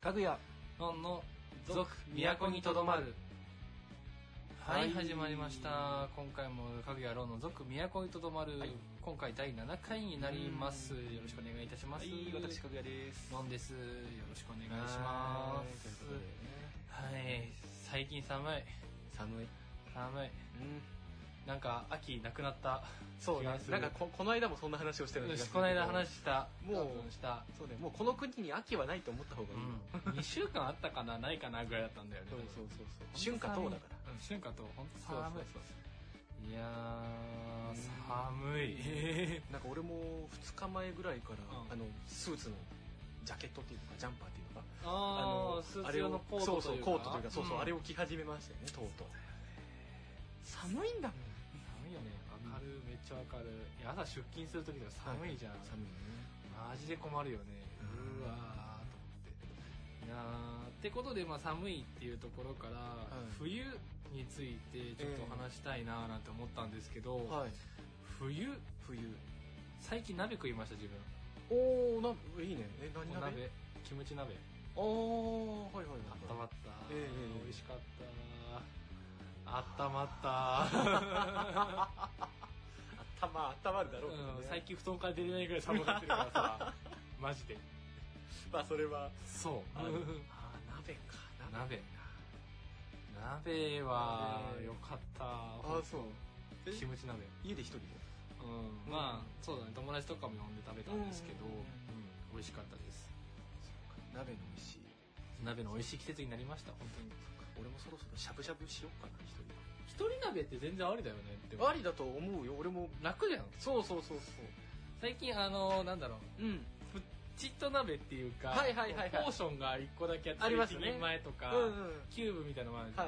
かぐやのんの続都にとどまるはい、はい始まりました今回もかぐやろうの続都にとどまる、はい今回第7回になりますよろしくお願いいたしますはい私かぐやですのんですよろしくお願いしますはいということでねはい最近寒い寒い寒いなんか秋なくなったそう気ねがすなるんかここの間もそんな話をしてるよんでしすこの間話したもう多分したそうねもうこの国に秋はないと思った方がいいよ、うん、2週間あったかなないかなぐらいだったんだよねそうそうそうそう多春夏冬分だからうん春夏冬本そ当う寒そいうそういやうんー寒いなんか俺も2日前ぐらいから、うんあのスーツのジャケットっていうのかジャンパーっていうのかの ああスーツ用のコーそトうとそいううかコートというかそうそう、んあれを着始めましたよねとうとう寒いんだもん寒いよね明るいめっちゃ明るいいや朝出勤する時とか寒いじゃん、寒いねマジで困るよねうんうわーと思っていやーってことで、まあ、寒いっていうところから、い冬についてちょっと話したいなーなんて思ったんですけど、はい冬冬最近鍋食いました自分おおな、いいねえ何お鍋鍋キムチ鍋ああはいはいはい温まった、ええええ美味しかった温まった、頭頭あるだろうけどね、うん、最近布団から出れないぐらい寒がってるからさ マジで まあそれはそうあ るあー鍋か鍋鍋鍋はよかったあそうえキムチ鍋家で一人でうんまあそうだね友達とかも呼んで食べたんですけど、うんうん美味しかったです鍋の美味しい鍋の美味しい季節になりました本当に俺もそろそろしゃぶしゃぶしようかな一人で一人鍋って全然ありだよねってありだと思うよ俺も楽じゃんそうそうそうそ最近あのなんだろうううんプッチッと鍋っていうか、はいはいはいはいポーションが1個だけあってありますね1人前とか、うんうんキューブみたいなのもあるじゃ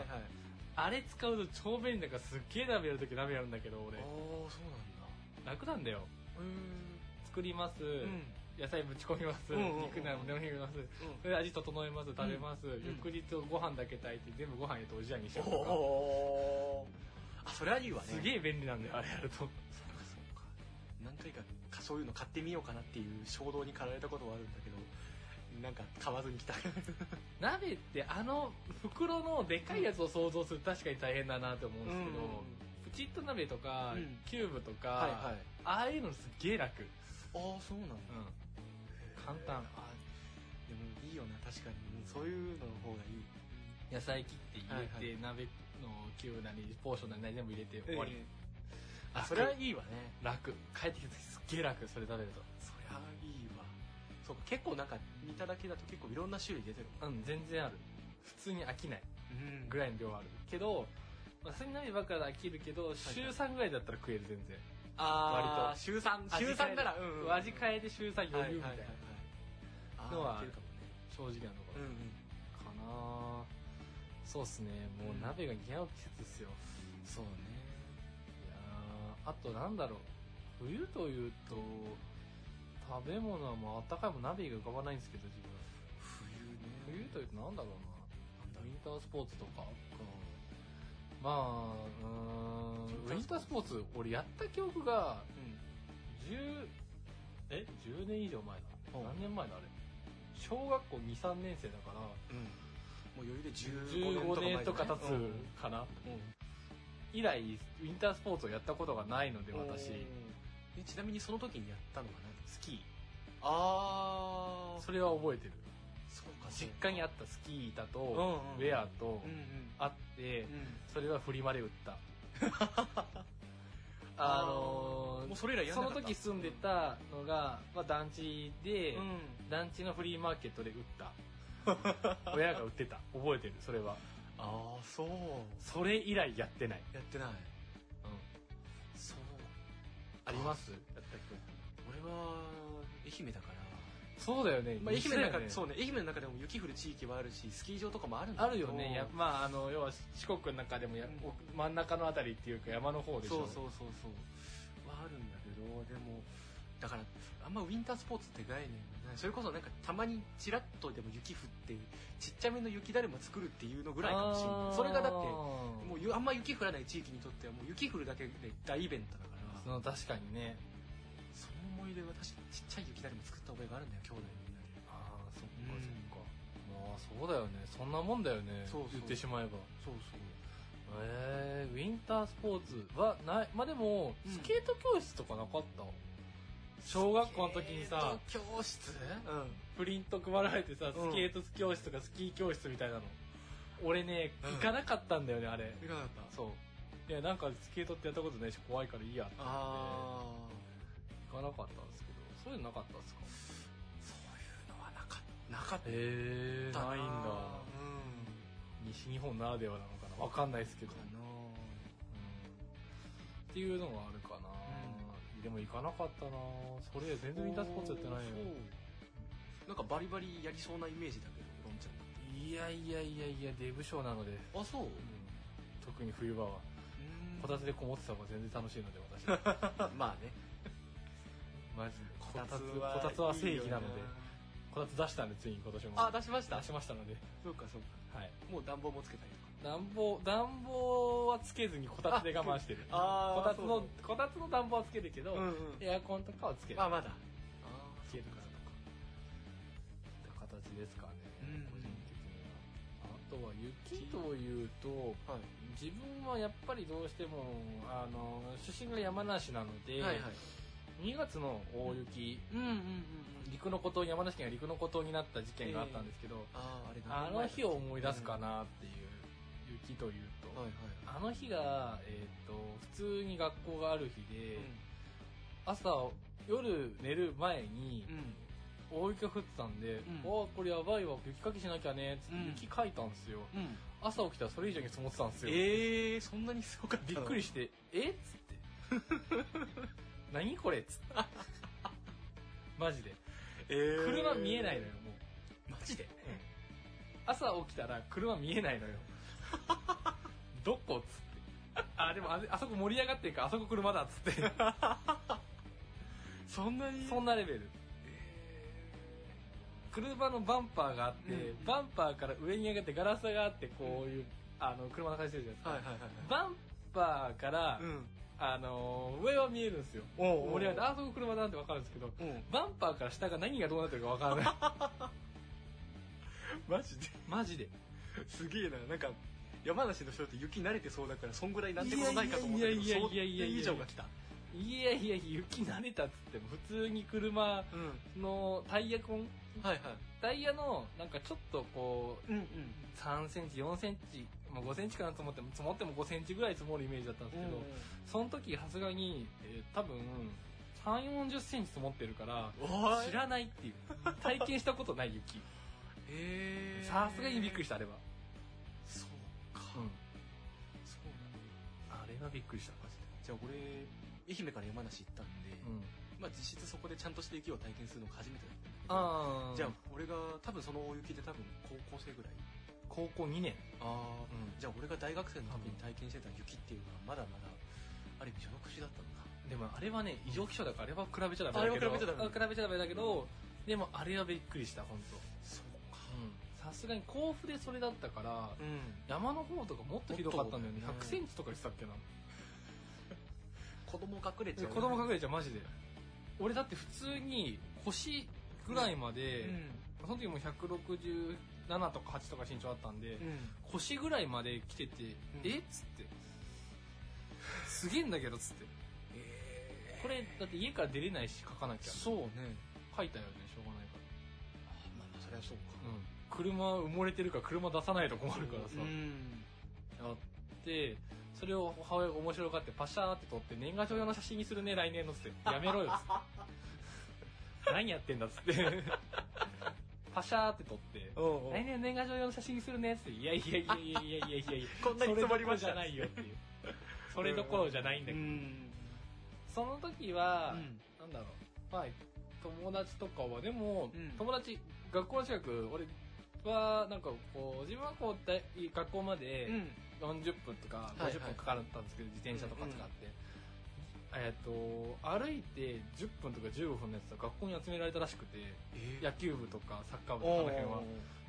はいはんいあれ使うと超便利だからすっげえ鍋やるとき鍋やるんだけどあ俺あそうなんだ楽なんだようん作ります、うん野菜ぶち込みます、うんうんうん肉ならも飲みます、それで味整えます食べます、翌日ご飯だけ炊いて全部ご飯へとおじやにしちゃうとかおーあそれはいいわねすげえ便利なんだよあれやるとそうかそうか何回かかそういうの買ってみようかなっていう衝動に駆られたことはあるんだけどなんか買わずに来た鍋ってあの袋のでかいやつを想像すると確かに大変だなと思うんですけうんうど、んうんプチッと鍋とか、うんキューブとか、はいはいああいうのすっげえ楽、ああそうなんだ簡単あでもいいよな確かにうんそういうのの方がいい野菜切って入れて、はいは鍋のキューブなりポーションなり全部入れて終わり、ええああそれはいいわね楽帰ってきた時すっげえ楽それ食べるとそりゃいいわそうか結構なんか見ただけだと結構いろんな種類出てるもんうん全然ある普通に飽きないうんぐらいの量はあるけどまあ、それに鍋ばっかりは飽きるけど、週3ぐらいだったら食える全然あ割と割と週3週3ならうんうん味変えて週3余裕みたいな、あーのはいけるかもね正直なとこうろ、んうんかなあそうっすねもう鍋が似合う季節っすよ、そうねいやーあとなんだろう冬というと食べ物はもうあったかいもん鍋が浮かばないんですけど自分冬ね冬というとなんだろなんだうなろウうィンタースポーツとかまあうーんウィンタースポーツ俺やった記憶がうん10え10年以上前だうん何年前だあれ小学校23年生だからうんもう余裕で15 15年年ととかか前だ経ねつかなうんうん以来ウィンタースポーツをやったことがないので私えちなみにその時にやったのが何スキあーあそれは覚えてるそうか実家にあったスキー板とんうんウェアとうんうんあってうんそれはフリマで売 ったあのーもうそれ以来やんそなのかった時住んでたのが、まあ、団地で、うん団地のフリーマーケットで売った親が売ってた覚えてるそれはああそうそれ以来やってない、やってないそうありますやった記憶俺は愛媛だからそうだよね、まあ、愛媛のだ中よねそうね愛媛の中でも雪降る地域はあるしスキー場とかもあるんだあけるどよねやまああの要は四国の中でもや、うん奥真ん中のあたりっていうか山の方でしそょうそうそうそうはあるんだけどでもだからあんまウィンタースポーツって概念がないそれこそなんかたまにちらっとでも雪降ってちっちゃめの雪だるま作るっていうのぐらいかもしれあなーいそれがだってもうゆあんま雪降らない地域にとってはもう雪降るだけで大イベントだからその確かにねその思い出は確かにちっちゃい雪だるま作った覚えがあるんだよ兄弟みんなでああそっかうんそっか、もうそうだよねそんなもんだよねそうそう言ってしまえばそうえー、ウィンタースポーツはないまあでもうんスケート教室とかなかった、小学校の時にさスケート教室うんプリント配られてさうんスケート教室とかスキー教室みたいなの、俺ねうん行かなかったんだよねあれいかがだったそういやなんかスケートってやったことないし怖いからいいやって言ってあ行かなかったんですけどそういうのなかったですかーそういうのはなかったなかっへえたないんだうん西日本ならではなのかなわかんないですけど、かうんなっていうのがあるかな、でも行かなかったなそれ全然ウィンタースポーツやってないよそうなんかバリバリやりそうなイメージだけどロンちゃんいやいやいやいやデブ症なので、あそうう特に冬場はんこたつでこもってた方が全然楽しいので私 まあマねジでこたつこたつは正義なのでこたつ出したんでついに今年もあ出しました出しましたのでそうかそうかはいもう暖房もつけたり暖房暖房はつけずにこたつで我慢してるとかあこたつのうこたつの暖房はつけるけど、んうんエアコンとかはつけるまあまだつけるからとかって形ですかね、うん個人的にはあとは雪というとはい自分はやっぱりどうしてもあの出身が山梨なので、はいはい2月の大雪、うんうんうんうん陸の孤島山梨県が陸の孤島になった事件があったんですけど、あああれあの日を思い出すかなっていう、雪というと、はいはいあの日が、えー、と普通に学校がある日で、朝夜寝る前にうんうん大雪が降ってたんで「うんおーこれやばいわ雪かきしなきゃね」つっうんて雪かいたんですよ、うん朝起きたらそれ以上に積もってたんですよ、ええそんなにすごかったびっくりして「えっ?」つって 「何これ?」っつって マジで車見えないのよもう、マジでうん朝起きたら車見えな いのよどこっつってあでもあれあそこ盛り上がってるからあそこ車だっ つってそんなにそんなレベル車のバンパーがあって、うんバンパーから上に上がってガラスがあってこういう、あの車の形してるじゃないですか、はいはいはいはいバンパーから、うんあの上は見えるんですよお盛り上がってあそこ車だって分かるんですけどうんバンパーから下が何がどうなってるか分からない マジでマジですげえななんか山梨の人って雪慣れてそうだからそんぐらいなんてことないかと思ったけどいやいやいやいやいや想定以上が来たいやいや雪慣れたっつっても普通に車うんのタイヤ痕はいはいタイヤのなんかちょっとこううんうん3センチ4センチ、まあ、5センチかなと思っても積もっても5センチぐらい積もるイメージだったんですけど、その時さすがに、えー多分3 4 0センチ積もってるからおい知らないっていう体験したことない 雪えーさすがにびっくりしたあれは、そうかうんそうなんだあれはびっくりしたマジじゃあ俺愛媛から山梨行ったんで、で、うん、まあ実質そこでちゃんとして雪を体験するのが初めてだったんだけどあじゃあ俺が多分その大雪で多分高校生ぐらい高校2年、ああじゃあ俺が大学生の時に体験してた雪っていうのはまだまだある意味序の口だったのかでもあれはね異常気象だからあれは比べちゃダメだけあれはど比べちゃダメあ比べちゃダメだけどでもあれはびっくりした本当。そうかさすがに甲府でそれだったから、うん山の方とかもっとひどかったんだよねもっと100センチとかでしたっけな、子供隠れちゃう子供隠れちゃうマジで俺だって普通に腰ぐらいまで、その時もう167とか8とか身長あったんうで、ん、うん、腰ぐらいまで来てて、えっつってすげえんだけどっつってえこれだって家から出れないし書かなきゃそうね書いたよねしょうがないからあまあまあそれはそうか、車埋もれてるから車出さないと困るからさ、うんやってそれを母親が面白がってパシャーって撮って年賀状用の写真にするね来年のっつってやめろよ っつって何やってんだっつってパシャーって撮っておうおう来年年賀状用の写真にするねっつっていやいやいやいやいやいやいやいやこんなに積もりましたそれどころじゃないよっていうそれどころじゃないんだうけど、んその時うは、んなんだろうまあ友達とかはでも、うん友達学校の近く俺はなんかこう自分はこう大学校まで、うん40分とかはいはい50分かかったんですけど、自転車とか使って、えっと歩いて10分とか15分のやつは学校に集められたらしくてえ野球部とかサッカー部とかおあのう辺は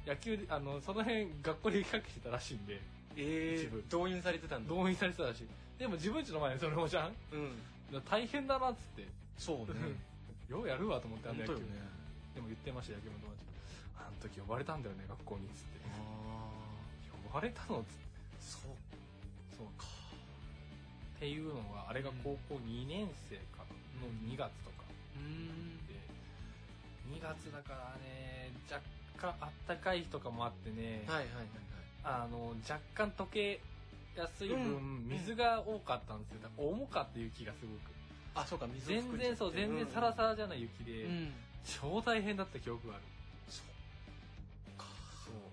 野球であのその辺学校でかけしてたらしいんでえ一部ー、動員されてたんだ動員されてたらしいでも自分家の前にそれもじゃんうん大変だなっつってそうね ようやるわと思ってあ本の野当球、よねでも言ってました野球部の友達ああの時呼ばれたんだよね、学校に、つって。呼ばれたのつってそうそうか。っていうのが、あれが高校2年生かなの2月とかうんで、2月だからね、若干あったかい日とかもあってね、はいはいはいはいあの、若干溶けやすい分、うん水が多かったんですよ。だから重かった雪がすごく。あそうか水を含んじゃっ全然てそう、全然サラサラじゃない雪で、うん、うん超大変だった記憶がある。そうかそう。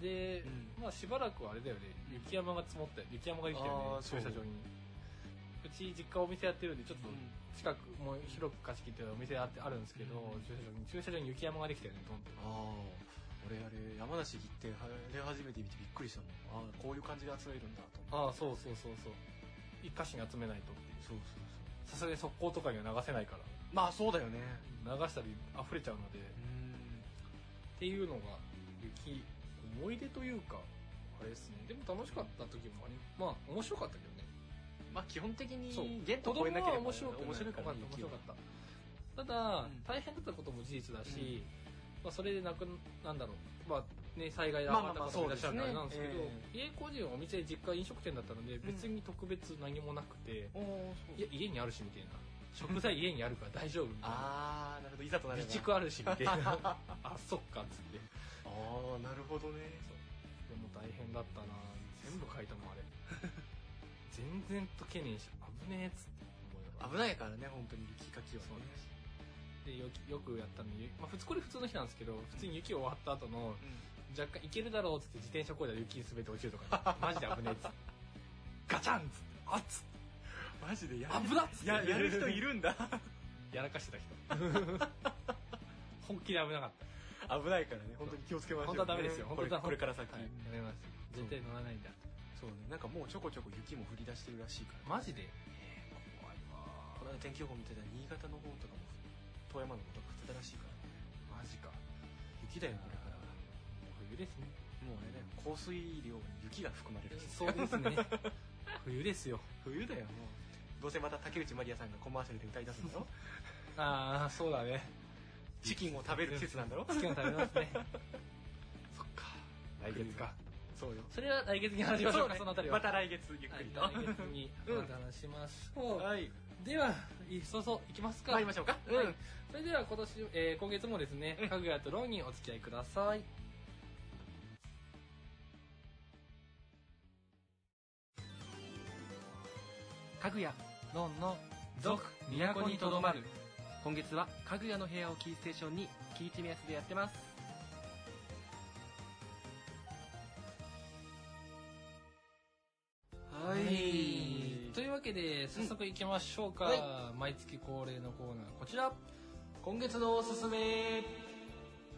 で、うんまあしばらくはあれだよね、雪山が積もったよ雪山ができたよねあ、ーそう駐車場に。うち実家お店やってるんで、ちょっと近く、もう広く貸し切ってるお店あってあるんですけど、うん駐車場に、駐車場に雪山ができたよね、どんどん。ああ俺あれ山梨行ってあれ初めて見てびっくりしたもんああこういう感じで集めるんだと思ってああ、そうそうそうそう。一箇所に集めないとっていう。そうそうそさすがに速攻とかには流せないかうら。まあそうだよね流したり溢れちゃうので、うっんていうのが雪思い出というかあれですねでも楽しかった時もありまあ面白かったけどねまあ基本的にそう限度を超えなければ面白くない面白いからね面雪白はかったただ、うん大変だったことも事実だし、まあ、それでなくなんだろうまあね災害でまあままあまあったこともいらっしゃるからあれなんですけど、そうですね家個人はお店実家飲食店だったのでん別に特別何もなくて、おおいや家にあるしみたいな食材家にあるから大丈夫みたいなああなるほどいざとなれ備ば蓄あるしみたいなあ あそっかっつってあなるほどねでも大変だったな全部書いた もんあれ全然溶けねえし危ねえっつって思危いながらないからね本当に雪かきはねそうですでよきよくやったのに、まあ、普通これ普通の日なんですけど普通に雪終わった後のう若干いけるだろうっつって自転車こいだら雪に滑って落ちると か、ね、マジで危ねえっつってガチャンっつってあっつってんマジでや危なっつってややる人いるんだやらかしてた人 本気で危なかった危ないからね本当に気をつけましょう、本当はダメですよこれ本当はこれから先、はいやめます絶対乗らないんだそうねなんかもうちょこちょこ雪も降り出してるらしいから、マジでえー怖いわこの間天気予報見てたら新潟の方とかも富山の方とか降ってたらしいからねマジか雪だよこれから冬です ねもうあれだよ降水量に雪が含まれるそうですね冬ですよ冬だよもうどうせまた竹内まりやさんがコマーシャルで歌い出すん だろああそうだねチキンを食べる季節なんだろチキンを食べますね そっか来月かそうよそれは来月に話しましょうか そ,、ねのあたりはまた来月ゆっくりとはい来月にまた話しましょ う、はいではそうそう行きますか、参りましょうかはいそれでは今年、えー今月もですねうんかぐやとロンにお付き合いくださいかぐやロンの続都にとどまる今月はかぐやの部屋をキーステーションにキーチ目安でやってますはというわけで早速行きましょうか、は毎月恒例のコーナーこちら今月のおすすめ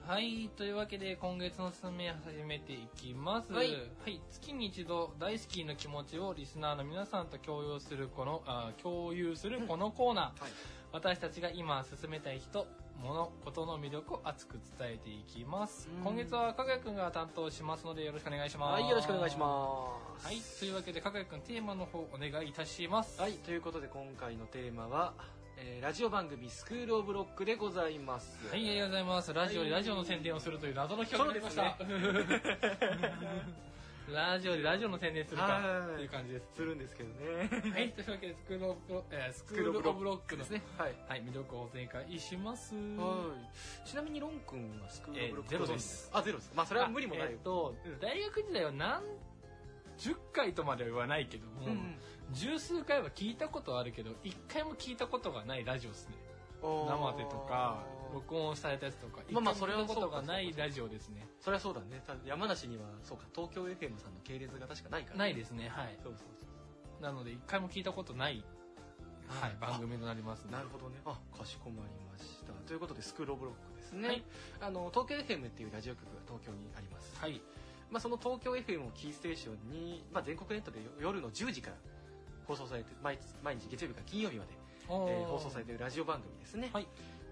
はい、というわけで今月のおすすめ始めていきます。はいはい月に一度大好きの気持ちをリスナーの皆さんと共有するこの、あ共有するこのコーナー、はい私たちが今進めたい人、物、ことの魅力を熱く伝えていきますう。ん今月はかがやくんが担当しますのでよろしくお願いしまはす。いよろしくお願いしますはい、というわけでかがやくんテーマの方お願いいたします。はい、ということで今回のテーマは、えーラジオ番組「スクール・オブ・ロック」でございますはい、ありがとうございます。ラジオでラジオの宣伝をするという謎の企画になりました。 ラジオでラジオの宣伝するかはいっていう感じです。するんですけどねはい、というわけでスクールオブロ、えースクスールオブロックのですねはい、はい、魅力を全開します。はいちなみにロン君はスクール・オブ・ロックえーゼロご存知ですあゼロですまあそれは無理もないえよっ、とうん、大学時代は何十回とまでは言わないけども、十数回は聞いたことはあるけど、一回も聞いたことがないラジオですね。生でとか、録音されたやつとか、一まあま回あも聞いたことがなそれはそういかラジオですね。それはそうだねただ山梨にはそうか東京 FM さんの系列が確かないから、ないですね、はい。そうそうそうなので、一回も聞いたことない、はい、番組となりますね。なるほどねあかしこまりましたということでスクール・オブ・ロックですね、はいあの東京 FM っていうラジオ局が東京にあります、はい。まあ、その東京 FM をキーステーションに、まあ、全国ネットで夜の10時から放送されて毎毎日月曜日から金曜日まで、えー放送されているラジオ番組ですね、はい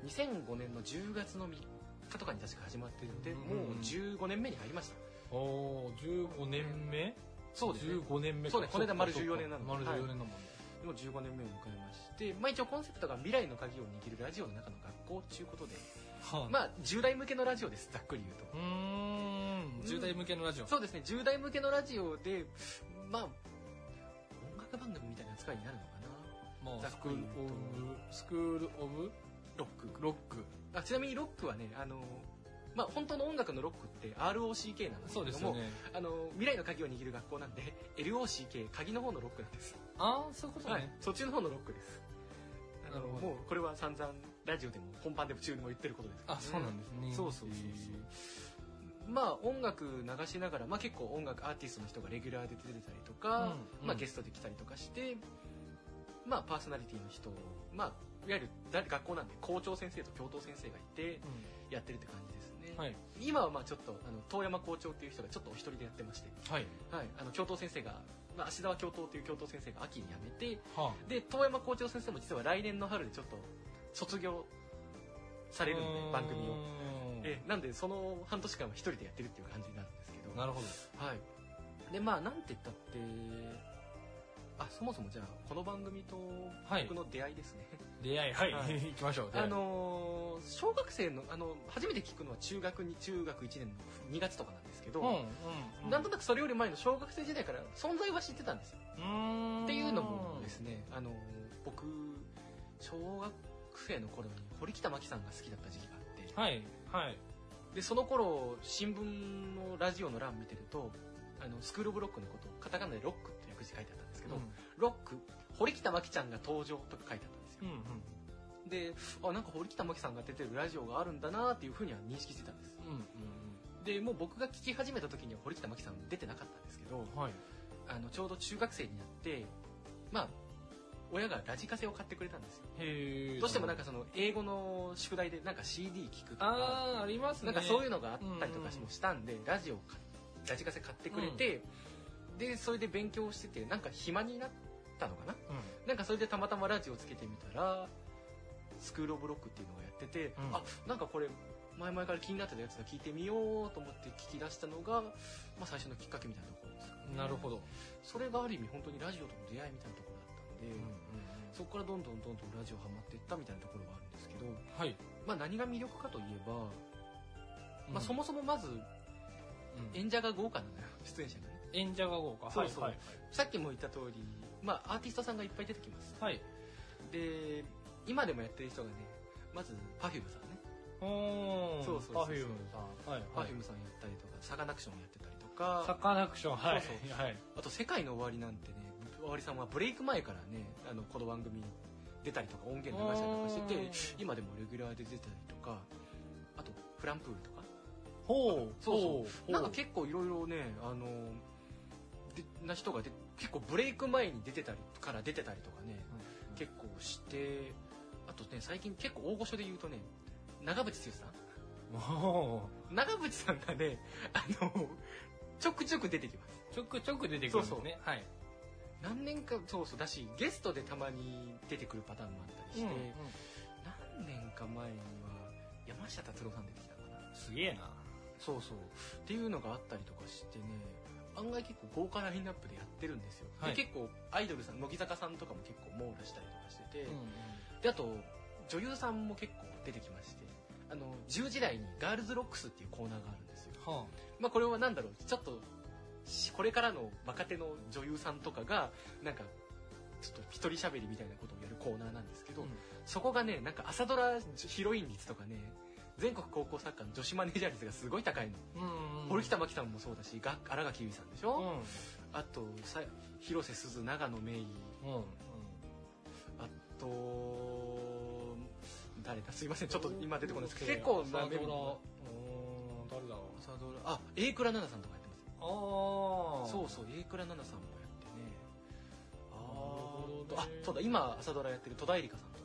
2005年の10月の3日とかに確か始まってるので、うんもう15年目に入りましたおー、15年目そうですね15年目かそうねこの間丸14年なの丸はい14年だもんね。もう15年目を迎えまして、まあ、一応コンセプトが未来の鍵を握るラジオの中の学校っていうことで、はい、まあ、10代向けのラジオです、ざっくり言ううーん10代向けのラジオ、と。そうですね、10代向けのラジオで、まあ、音楽番組みたいな扱いになるのかな。もうざっスくクーりル・言うとオブスクール・オブ・ロック。ロックあちなみにロックはね、あの、まあ、本当の音楽のロックって ROCK なんですけそうれでどすも、よねあの、未来の鍵を握る学校なんで、LOCK、鍵の方のロックなんです。ああそういうことね、はい、そっちの方のロックです。あのなるほどもうこれは散々ラジオでも本番でも中でも言ってることですからあそうなんですね、そうそうそうそうまあ音楽流しながら、まあ、結構音楽アーティストの人がレギュラーで出てたりとか、うんうんまあ、ゲストで来たりとかして、まあ、パーソナリティの人、まあ、いわゆるだ学校なんで校長先生と教頭先生がいてうやってるって感じですね、んはい今はまあちょっとあの遠山校長っていう人がちょっとお一人でやってまして、はいはい、あの教頭先生が、まあ、芦沢教頭っていう教頭先生が秋に辞めてはで遠山校長先生も実は来年の春でちょっと卒業さあれるので番組をうーんえーなんでその半年間は一人でやってるっていう感じになるんですけどなるほどはいでまあなんて言ったってあそもそもじゃあこの番組とはい僕の出会いですね、出会いはい、はい 行きましょう出会いあのー小学生のあの初めて聞くのは中学に中学1年の2月とかなんですけうど、んうんうんなんとなくそれより前の小学生時代から存在は知ってたんですようーんっていうのもですね、あのー僕小学生の頃に堀北真希さんが好きだった時期があって、はいはいでその頃新聞のラジオの欄見てるとあのスクールブロックのことカタカナで「ロック」って訳字書いてあったんですけど「ロック堀北真希ちゃんが登場」とか書いてあったんですようんうんであなんか堀北真希さんが出てるラジオがあるんだなっていうふうには認識してたんですうんうんでもう僕が聞き始めた時には堀北真希さん出てなかったんですけどうんはいあのちょうど中学生になってまあ親がラジカセを買ってくれたんですよへえどうしてもなんかその英語の宿題でなんか CD 聞くとかああありますなねんかそういううのがあったりとかしもしたんで、ラジオかラジカセ買ってくれて、でそれで勉強しててなんか暇になったのかななんかそれでたまたまラジオつけてみたら「スクール・オブ・ロック」っていうのがやってて、うんあなんかこれ前々から気になってたやつだ聞いてみようと思って聞き出したのが、まあ、最初のきっかけみたいなところですかねなるほど、それがある意味本当にラジオとの出会いみたいなところだったんで、そこからどんどんどんどんラジオハマっていったみたいなところがあるんですけど、はい、まあ、何が魅力かといえば、まあ、その、もそもまずうん演者が豪華なのよ出演者がね演者が豪華そうそうはいさっきも言った通りまあアーティストさんがいっぱい出てきますはいはいで今でもやってる人がねまず Perfume さんねおーそうそうそうそうパフュームさんはいはい Perfume さんやったりとかサカナクションやってたりとかサカナクションはいそうそはいあと「世界の終わり」なんてね終わりさんはブレイク前からねあのこの番組出たりとか音源流したりとかしてておー今でもレギュラーで出たりとかあとフランプールとかほうそうそうほほなんか結構いろいろね、あの、でな人がで結構ブレイク前に出てたり、から出てたりとかね、うん結構して、あとね、最近結構大御所で言うとね、長渕剛さんお長渕さんがね、あの、ちょくちょく出てきます。ーちょくちょく出てくるんですねはい何年か、そうそう、だし、ゲストでたまに出てくるパターンもあったりして、何年か前には、山下達郎さん出てきたのかな。すげえなそうそう。っていうのがあったりとかしてね、案外結構豪華なラインナップでやってるんですよ。はいで結構アイドルさん、乃木坂さんとかも結構網羅したりとかしてて、うで、あと、女優さんも結構出てきまして、あの、10時台にガールズロックスっていうコーナーがあるんですよ。んはまあこれはなんだろう、ちょっと、しこれからの若手の女優さんとかが、なんか、ちょっと一人喋りみたいなことをやるコーナーなんですけど、うんそこがね、なんか朝ドラヒロイン率とかね、全国高校サッカーの女子マネージャー率がすごい高いの。あうんうん堀北真希さんもそうだしが新垣結衣さんでしうょ、んあとさ広瀬すず長野芽衣うんうんあと誰だすいませんちょっと今出てこないですけどうん結構な朝ドメランバーうーん誰だろう朝ドラあ榮倉奈々さんとかやってあまあすそうそう榮倉奈々さんもやってねあーなあるほどねそうだ今朝ドラやってる戸田恵梨香さんとか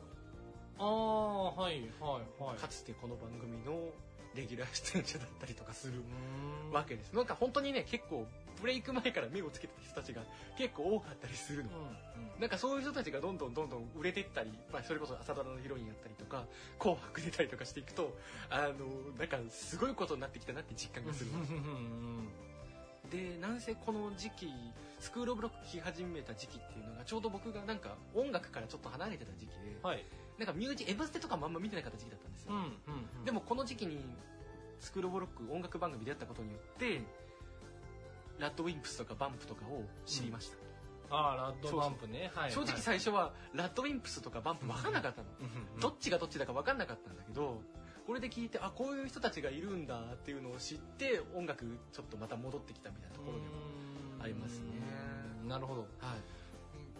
ああはいはいはいかつてこの番組のレギュラー出演者だったりとかするうーんわけですなんか本当にね結構ブレイク前から目をつけてた人たちが結構多かったりするのうんなんかそういう人たちがどんどんどんどん売れてったり、まあ、それこそ朝ドラのヒロインやったりとか、紅白出たりとかしていくと、あの、なんかすごいことになってきたなって実感がする。で、なんせこの時期、スクールオブロック聴き始めた時期っていうのが、ちょうど僕がなんか音楽からちょっと離れてた時期で、はいなんかミュージエブステとかもあんま見てなかった時期だったんですよ、うんうんうんでもこの時期にスクールオブロック音楽番組でやったことによってラッドウィンプスとかバンプとかを知りました、ああラッドバンプねはい正直はい最初はラッドウィンプスとかバンプ分かんなかったの、うんうんうんどっちがどっちだか分かんなかったんだけどこれで聞いてあこういう人たちがいるんだっていうのを知って音楽ちょっとまた戻ってきたみたいなところでありますねうんなるほどは、はい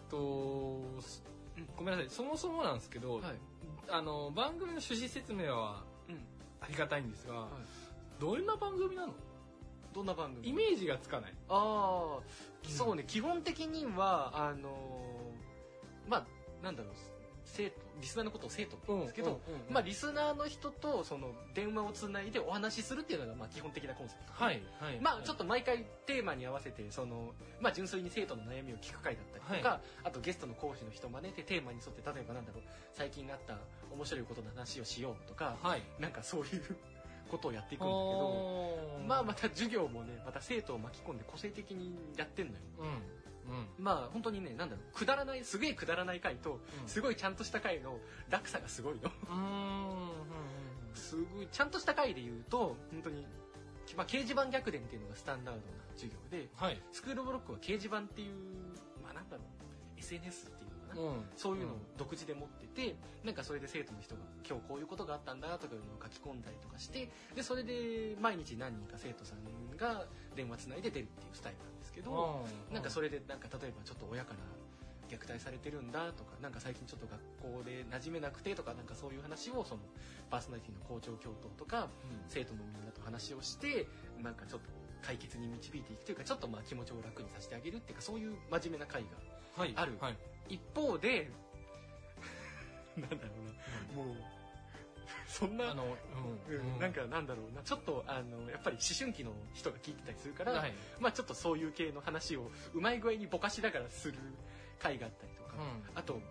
とすごめんなさいそもそもなんですけど、はいあの番組の趣旨説明はうん、ありがたいんですが、いどんな番組なのどんな番組イメージがつかないああ、うんそうね基本的にはあのーまあなんだろう生徒リスナーのことを生徒って言うんですけど、まあ、リスナーの人とその電話をつないでお話しするっていうのがまあ基本的なコンセプト、はいはいまあ、ちょっとと毎回テーマに合わせてその、まあ、純粋に生徒の悩みを聞く会だったりとか、あとゲストの講師の人招いてテーマに沿って例えばなんだろう最近あった面白いことの話をしようとかはいなんかそういうことをやっていくんだけど。おーまあまた授業もね、また生徒を巻き込んで個性的にやってんのよ。うんうんまあ本当にね、なんだろう、くだらない、すげえくだらない回と、すごいちゃんとした回の落差がすごいの。うーんうんうんすご い、ちゃんとした回で言うと、本当に、まあ掲示板逆転っていうのがスタンダードな授業で、はいスクールブロックは掲示板っていう、まあなんだろう、SNS っていうのかな。うんそういうのを独自で持ってて、なんかそれで生徒の人が今日こういうことがあったんだとかいうのを書き込んだりとかして、で、それで毎日何人か生徒さんが電話つないで出るっていうスタイルなんですけど、うなんかそれでなんか例えばちょっと親から虐待されてるんだとか、なんか最近ちょっと学校で馴染めなくてとか、なんかそういう話をそのパーソナリティの校長教頭とか、生徒のみんなと話をして、なんかちょっと解決に導いていくというか、ちょっとまあ気持ちを楽にさせてあげるっていうか、そういう真面目な会がうんはいあるはい一方で、 なんだろうな、もう、そんあな、のうんうんなんかなんだろうな、ちょっとあの、やっぱり思春期の人が聞いてたりするから、はいまあちょっとそういう系の話をうまい具合にぼかしながらする回があったりとか、うあと、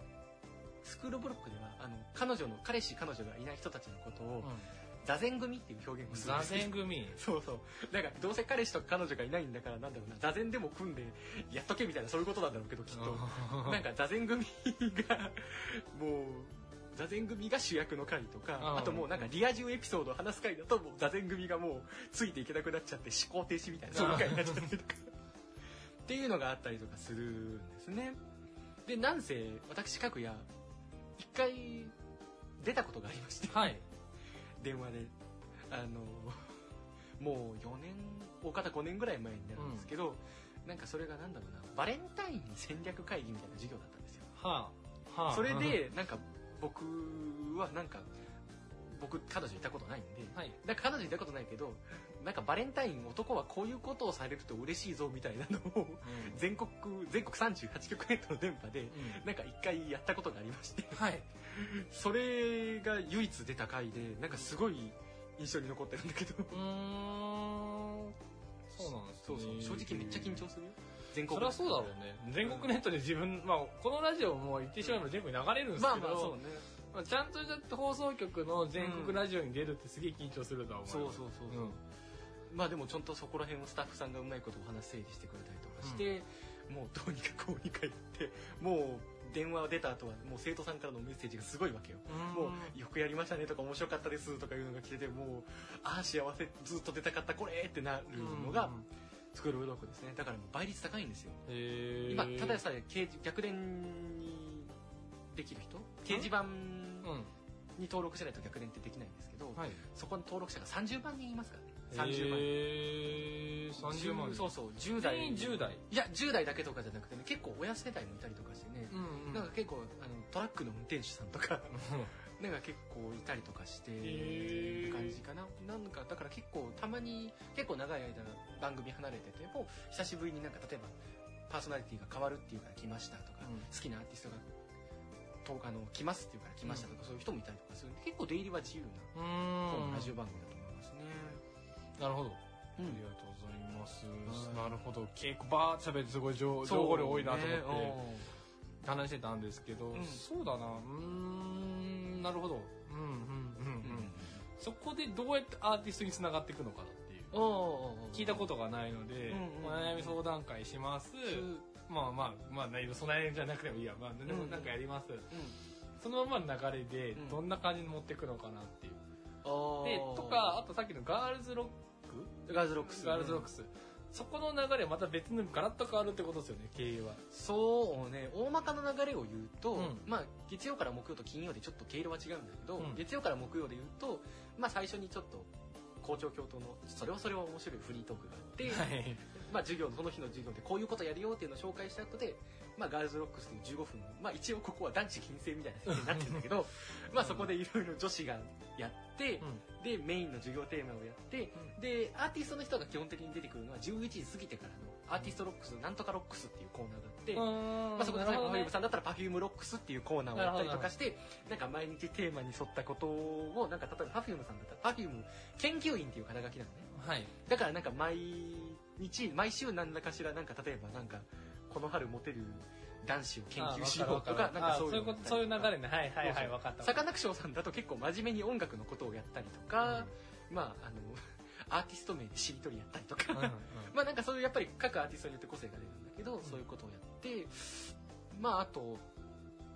スクールブロックでは、あの、彼女の、彼氏彼女がいない人たちのことをん、うん座禅組っていう表現をするん座ですけど禅組そうそう。なんか、どうせ彼氏と彼女がいないんだから、なんだろうな、座禅でも組んで、やっとけみたいな、そういうことなんだろうけど、きっと。なんか座禅組が、もう、座禅組が主役の回とかう、んあともうなんかリア充エピソードを話す回だと、もう座禅組がもうついていけなくなっちゃって思考停止みたいな、そういう回になっちゃったりとか。っていうのがあったりとかするんですね。で、なんせ、私各や、一回出たことがありまして、はい電話で。あの、もう4年、お方5年ぐらい前になるんですけど、なんかそれがなんだろうな、バレンタイン戦略会議みたいな授業だったんですよ。はあはあそれで、なんか、僕はなんか、僕、彼女いたことないんで、はいなんか彼女いたことないけど、なんかバレンタイン男はこういうことをされると嬉しいぞみたいなのを、うん全国、全国38局ネットの電波で、なんか一回やったことがありまして、はい それが唯一出た回で、なんかすごい印象に残ってるんだけど、うーんそうなんですねそうそう、正直めっちゃ緊張するよ。全そりゃそうだろうね全国ネットで自分、まあ、このラジオも言ってしまえば全国に流れるんですけど、まあまあそうね。まあちゃんとだって放送局の全国ラジオに出るってすげえ緊張するとは思そうそううそうそう。うんまあでもちゃんとそこら辺をスタッフさんがうまいことお話整理してくれたりとかして、もうどうにかこうにか言って、もう電話を出た後はもう生徒さんからのメッセージがすごいわけよ。もうよくやりましたねとか面白かったですとかいうのが来てて、もう、ああ幸せ、ずっと出たかったこれってなるのが、スクールブロックですね。だからもう倍率高いんですよ。うんへー今、ただでさえ掲示逆転にできる人掲示板うに登録しないと逆転ってできないんですけど、んはいそこに登録者が30万人いますからね。30万人。へー30万そうそう、10代。全員10代いや、10代だけとかじゃなくてね、結構親世代もいたりとかしてね、うんなんか結構、あの、トラックの運転手さんとか、なんか結構いたりとかして、へー感じかな。なんか、だから結構、たまに、結構長い間番組離れてて、もう久しぶりになんか、例えば、パーソナリティが変わるっていうから来ましたとか、うん好きなアーティストが、とあの、来ますっていうから来ましたとか、そういう人もいたりとかするんで、結構出入りは自由うな、こんのラジオ番組だと思いますね。なるほどうありんがとうございますはい。なるほど。結構バーッと喋ってすごい情情報量多いなと思ってね話してたんですけど、うんそうだな。うーん、なるほど。うんうんうんうんうん。そこでどうやってアーティストに繋がっていくのかなっていう。おーおーおー聞いたことがないので、うんうんお悩み相談会します。うんまあまあ、まあ、何もその悩みじゃなくてもいいや。まあ、でもなんかやります。そのままの流れでうんどんな感じに持ってくのかなっていう、でととかあとさっきのガールズロックガーズロックスガールズロックス、そこの流れまた別のガラッと変わるってことですよね経営はそうね大まかな流れを言うと、うんまあ、月曜から木曜と金曜でちょっと毛色は違うんだけど、うん月曜から木曜で言うと、まあ、最初にちょっと校長教頭のそれはそれは面白いフリートークがあって、はいまあ、授業のその日の授業でこういうことやるよっていうのを紹介した後で、まあ、ガールズロックスという15分の、まあ、一応ここは男子禁制みたいな設定になってるんだけど まあそこでいろいろ女子がやって、でメインの授業テーマをやってでアーティストの人が基本的に出てくるのは11時過ぎてからのアーティストロックスなんとかロックスっていうコーナーがあって、うんまあ、そこでな最る後ほどのゆねぶさんだったらパフュームロックスっていうコーナーをやったりとかして、なんか毎日テーマに沿ったことを、なんか例えばパフュームさんだったら、パフューム研究員っていう肩書きなのね。はいだからなんか毎日、毎週何らかしら、なんか例えばなんか、この春モテる男子を研究しようとか、なんかあそうそいういううのことそういう流れねはいはそいうはそいう分かったサカナクションさんだと結構真面目に音楽のことをやったりとか、まあ、あの、アー ティスト名でしりとりやったりとか、うんうんうんまあなんかそういうやっぱり各アーティストによって個性が出るんだけど、そういうことをやって、まああと、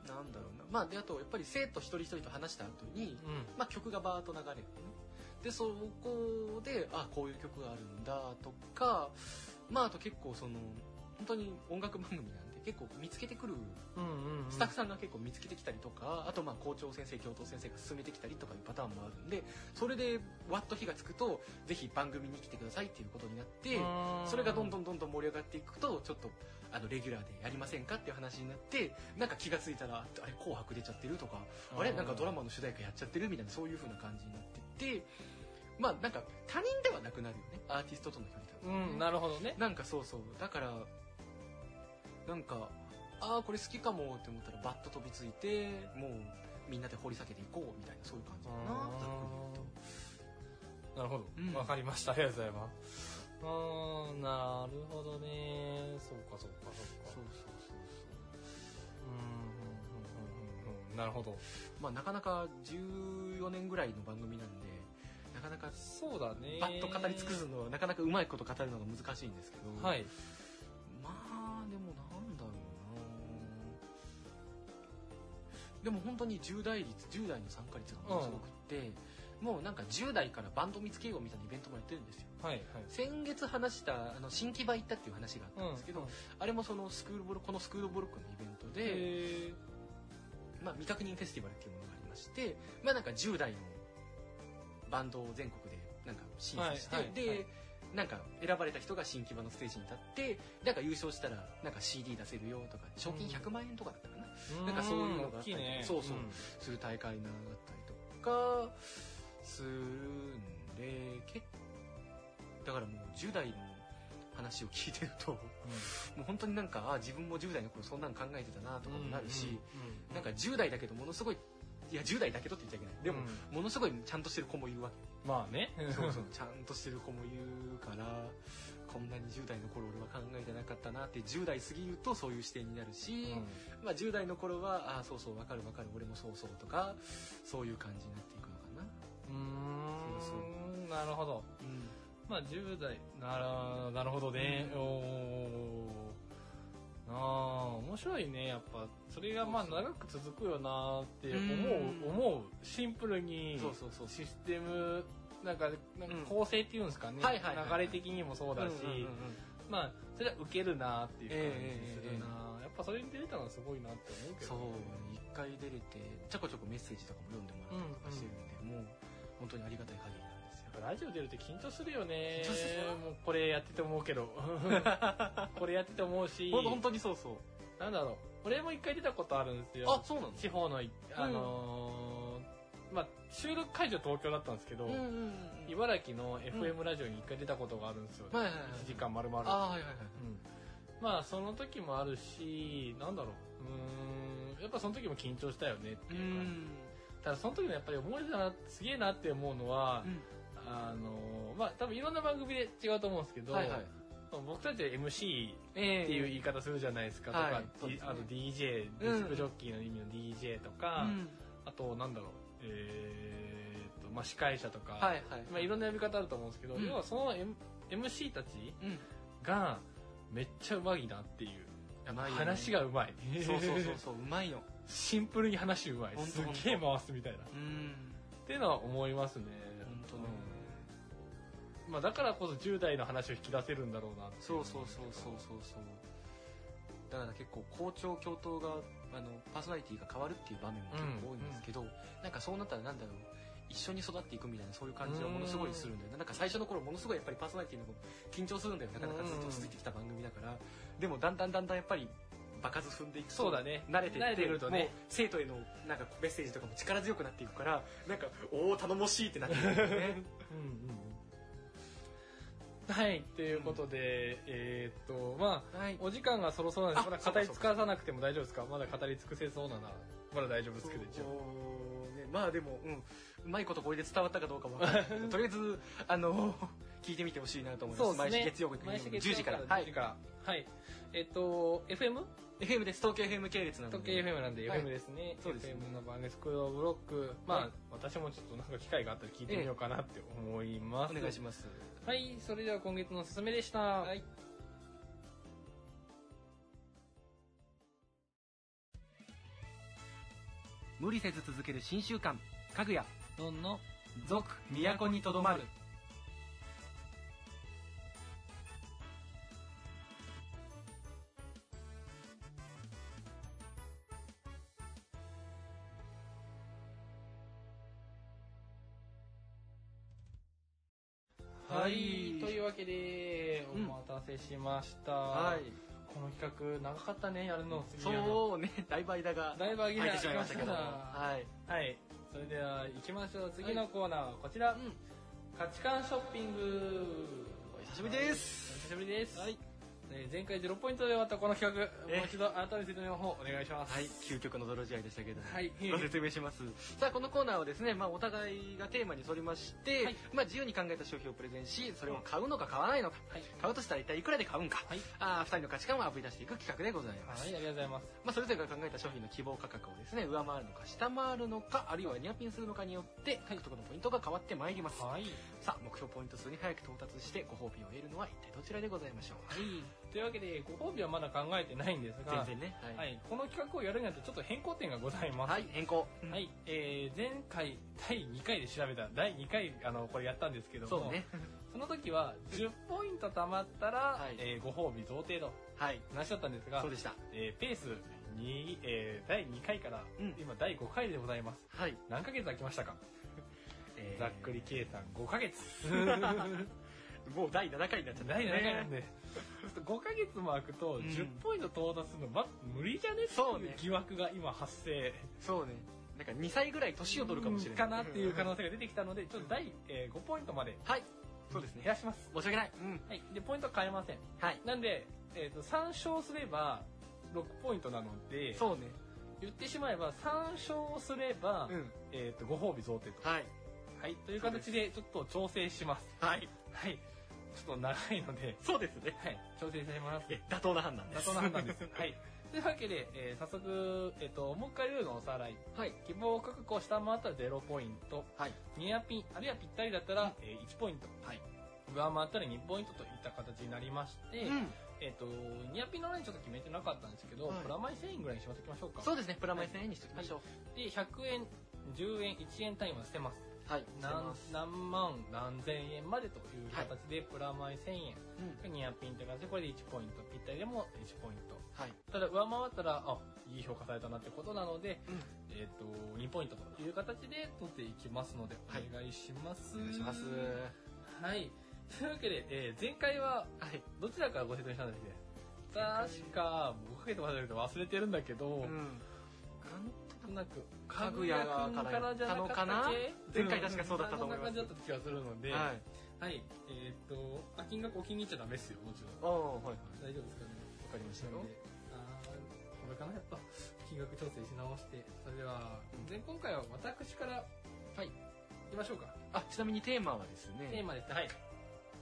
なんだろうな。まあで、あとやっぱり生徒一人一人と話した後に、うんまあ曲がバーッと流れるのね。で、そこで、あ、こういう曲があるんだとか、まああと結構その、本当に音楽番組なんで結構見つけてくる、うんうんうんスタッフさんが結構見つけてきたりとか、あとまあ校長先生、教頭先生が進めてきたりとかいうパターンもあるんで、それでわっと火がつくと、ぜひ番組に来てくださいっていうことになって、それがどんどんんどんどん盛り上がっていくと、ちょっと、あの、レギュラーでやりませんかっていう話になって、なんか気がついたら、あれ、紅白出ちゃってるとか、あれ、なんかドラマの主題歌やっちゃってるみたいな、そういう風な感じになってって、まあ、なんか、他人ではなくなるよね。アーティストとの距離感。うんなるほどねなんかそうそう。だから、なんか、ああ、これ好きかもって思ったら、バッと飛びついて、もう、みんなで掘り下げていこうみたいな、そういう感じかな、ざっくり言うと。なるほどうんわかりましたありがとうございますうーんなるほどねそうかそうかそうそかうそうそうそう。うんうんうんうんうんなるほどまあ、なかなか14年ぐらいの番組なんで、なかなかそうだねバッと語り尽くすのは、なかなかうまいこと語るのが難しいんですけど、はいまあ、でもなんだろうなでも本当に10代率、10代の参加率がものすごくって、もうなんか10代からバンド見つけようみたいなイベントもやってるんですよ。はいはい先月話した、あの、新規場行ったっていう話があったんですけど、あれもそのスクールブロック、このスクールブロックのイベントで、えまあ、未確認フェスティバルっていうものがありまして、まあ、なんか10代のバンドを全国でなんか審査して、はいはいで、はいなんか選ばれた人が新規場のステージに立ってなんか優勝したらなんか CD 出せるよとか賞金100万円とかだったかな、なんかそういうのがあったり大きいねそうそうんする大会があったりとかするんで結だからもう10代の話を聞いてるともう本当になんかあ自分も10代の頃そんなの考えてたなとかもなるし、うなんか10代だけどものすごい、いや10代だけどって言っちゃいけない。でも、うんものすごいちゃんとしてる子もいるわけ。まあね そうそう。ちゃんとしてる子もいるから、こんなに10代の頃俺は考えてなかったなって、10代過ぎるとそういう視点になるし、うまあ10代の頃は、ああ、そうそう、わかるわかる、俺もそうそうとか、そういう感じになっていくのかな。んそううんなるほどうん。まあ10代ならなるほどね、うんおーなあ面白いねやっぱそれがまあそうそう長く続くよなって思うんう思うシンプルにそうそうそう。システムなんかなんかうん構成っていうんですかね、はいはいはいはい流れ的にもそうだし、うんうんうんうんまあそれは受けるなっていう感じするな、えやっぱそれに出れたのはすごいなって思うけどそうね、一回出れて、ちょこちょこメッセージとかも読んでもらったりとかしてるんで、もう本当にありがたい限りなんですよ。やっぱラジオ出るって緊張するよね緊張するもうこれやってて思うけ どこれやってて思うしほん本当にそうそう。なんだろう俺も一回出たことあるんですよあ、そうなの地方のいあのーまあ収録会場東京だったんですけど、うんうんうんうん。茨城の FM ラジオに一回出たことがあるんですよ、はいはいはい1時間丸々ああ、はいはいはい。うんまあその時もあるしなんだろううーんやっぱその時も緊張したよねっていう感じ、ただその時のやっぱり思い出だなすげえなって思うのは、あのまあ多分いろんな番組で違うと思うんですけど、はいはい。僕たちで MC えっていう言い方するじゃないですか、とはかい、そうですねあと DJ ディスクジョッキーの意味の DJ とか、あとなんだろうえー、っと、まあ、司会者とか、はいはい。まあ、いろんな呼び方あると思うんですけど、うん要はその、M、MC たちうん。がめっちゃうまいなっていうやばいよね話がうまいそうそうそうそう、うまいよ。 シンプルに話うまいほんとすほんとっげえ回すみたいなっうんていうのは思いますね本当ねうんまあ、だからこそ10代の話を引き出せるんだろうなっていそうそうそうそうそうそうだから結構校長教頭があのパーソナリティが変わるっていう場面も結構多いんですけど、なんかそうなったらなんだろう一緒に育っていくみたいなそういう感じはものすごいするんだよねなんか最初の頃ものすごいやっぱりパーソナリティの方緊張するんだよなかなかずっと続いてきた番組だからでもだんだんだんだんやっぱり場数踏んでいくとそうだね慣れて慣っれててくるとねもう生徒へのなんかメッセージとかも力強くなっていくからなんかおお頼もしいってなってくるんだよ ねうんうんはいということで、えーっとまあはいお時間がそろそろなんであまだそう語かりそう尽かかさなくても大丈夫ですかまだ語り尽くせそうならまだ大丈夫ですけど一そ応うね、まあでも、うん、うまいことこれで伝わったかどうかわからないけど、とりあえず、あの、聞いてみてほしいなと思います。毎週月曜日毎週10時から。は10時い。からはいえーっと FM? FM です。東京 FM 系列なので。時計 FM なんではい FM ですね、そうですね FM の番組スクロールブロックまあ、はい私もちょっとなんか機会があったら聞いてみようかなって思います、お願いします。はいそれでは今月のおすすめでした、はい。無理せず続ける新習慣、かぐや、どんの続、都にとどまる。ははいい、というわけでおうん待たせしました、はい。この企画長かったねやるの杉山そうね、だいぶ間がだいぶ上げ空いてしまいましたけども。ははい。い、それでは行きましょう次のコーナーはこちら、うん価値観ショッピングお久しぶりですお久しぶりです、はい。えー前回0ポイントで終わったこの企画えもう一度改めて説明の方お願いしますはい、究極の泥仕合でしたけれども、 はいご説明します。さあ、このコーナーはですね、まあ、お互いがテーマに沿りまして、はいまあ、自由に考えた商品をプレゼンし、それを買うのか買わないのか、はい買うとしたら一体いくらで買うんか、はいあー二人の価値観をあぶり出していく企画でございはます。いありがとうございますまあ、それぞれが考えた商品の希望価格をですね、上回るのか、下回るのか、あるいはニアピンするのかによって、獲得のポイントが変わってまいります。はい、さあ、目標ポイント数に早く到達して、ご褒美を得るのは一体どちらでございましょうというわけでご褒美はまだ考えてないんですが全然ね。は。はいい、この企画をやるにあたってちょっと変更点がございます、はい、変更。は。いえー前回第2回で調べた第2回あのこれやったんですけどもそうね。その時は10ポイント貯まったら、はいえーご褒美贈呈とはい。話だったんですがそうでした。えーペースに、えー第2回から、うん今第5回でございますはい。何ヶ月空きましたか、えーざっくり計算5ヶ月もう第7回になっちゃった、第7回なんで、ちょっと5ヶ月も空くとうん10ポイント到達するの、ま、無理じゃねそうっていうね疑惑が今発生そうね。なんか2歳ぐらい年を取るかもしれない。かなっていう可能性が出てきたのでちょっと第、えー5ポイントまではい。そうですね。減らします、申し訳ない。うん。はい、でポイントは変えませんはい。なんで、えー、と3勝すれば6ポイントなのでそうね。言ってしまえば3勝すれば、うん。えー、とご褒美贈呈とはい。はい、という形でちょっと調整します。はい。はい、ちょっと長いので、そうですね。はい、調整します。え、妥当な判断です。妥当な判断です。はい。というわけで、えー早速、えっ、と、もう一回ルールのおさらい。はい。希望価格を下回ったら0ポイント。はい。ニアピン、あるいはぴったりだったら、えー1ポイント。はい。上回ったら2ポイントといった形になりまして、うん。えっ、と、ニアピンのラインちょっと決めてなかったんですけど、はいプラマイ1000円ぐらいにしまっておきましょうか。そうですね。プラマイ1000円にしときましょう。で、100円、10円、1円単位は捨てます。はい。何す。何万何千円までというはい形でプラマイ1000円うん。ニアピンという形でこれで1ポイントぴったりでも1ポイントはい。ただ上回ったらあいい評価されたなってことなので、うんえっと2ポイントという形で取っていきますのではいお願いします、お願いします。はいというわけで、えー前回ははい。どちらからご説明したんだっけ前回確か僕かけてましたけど忘れてるんだけど、うなんん。となくかぐやかぐやくんからじゃなかったっけ前回確かそうだったと思いますんそんな感じだった気がするので、はい。はい、えーっと、あ、金額お気に入っちゃダメですよ、もちろん。ああ、はい。わ大丈夫ですかね。かりましたよなん。であーこれかな、やっぱ、金額調整し直して。それでは、前今回は私から、はい、行きましょうか。あ、ちなみにテーマはですテね、ーマですね。はい。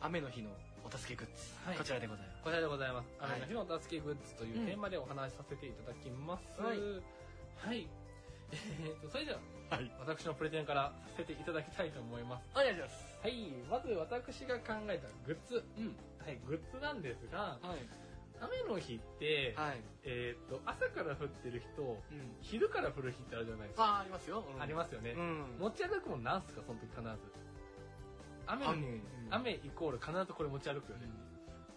雨の日のお助けグッズ。はいこちらでございます。こちらでございます。はい雨の日のお助けグッズといううんテーマでお話しさせていただきます。はいはい。 えーっと、それでは、はい。私のプレゼンからさせていただきたいと思います。お願いします。はい、まず私が考えたグッズ。うん。はい、グッズなんですが、はい。雨の日って、はい。えーっと、朝から降ってる日と、うん。昼から降る日ってあるじゃないですか。ああ、ありますよ。ありすますよね。うん。持ち歩くもんなんすか、その時必ず。雨の日、雨雨イコール必ずこれ持ち歩くよね。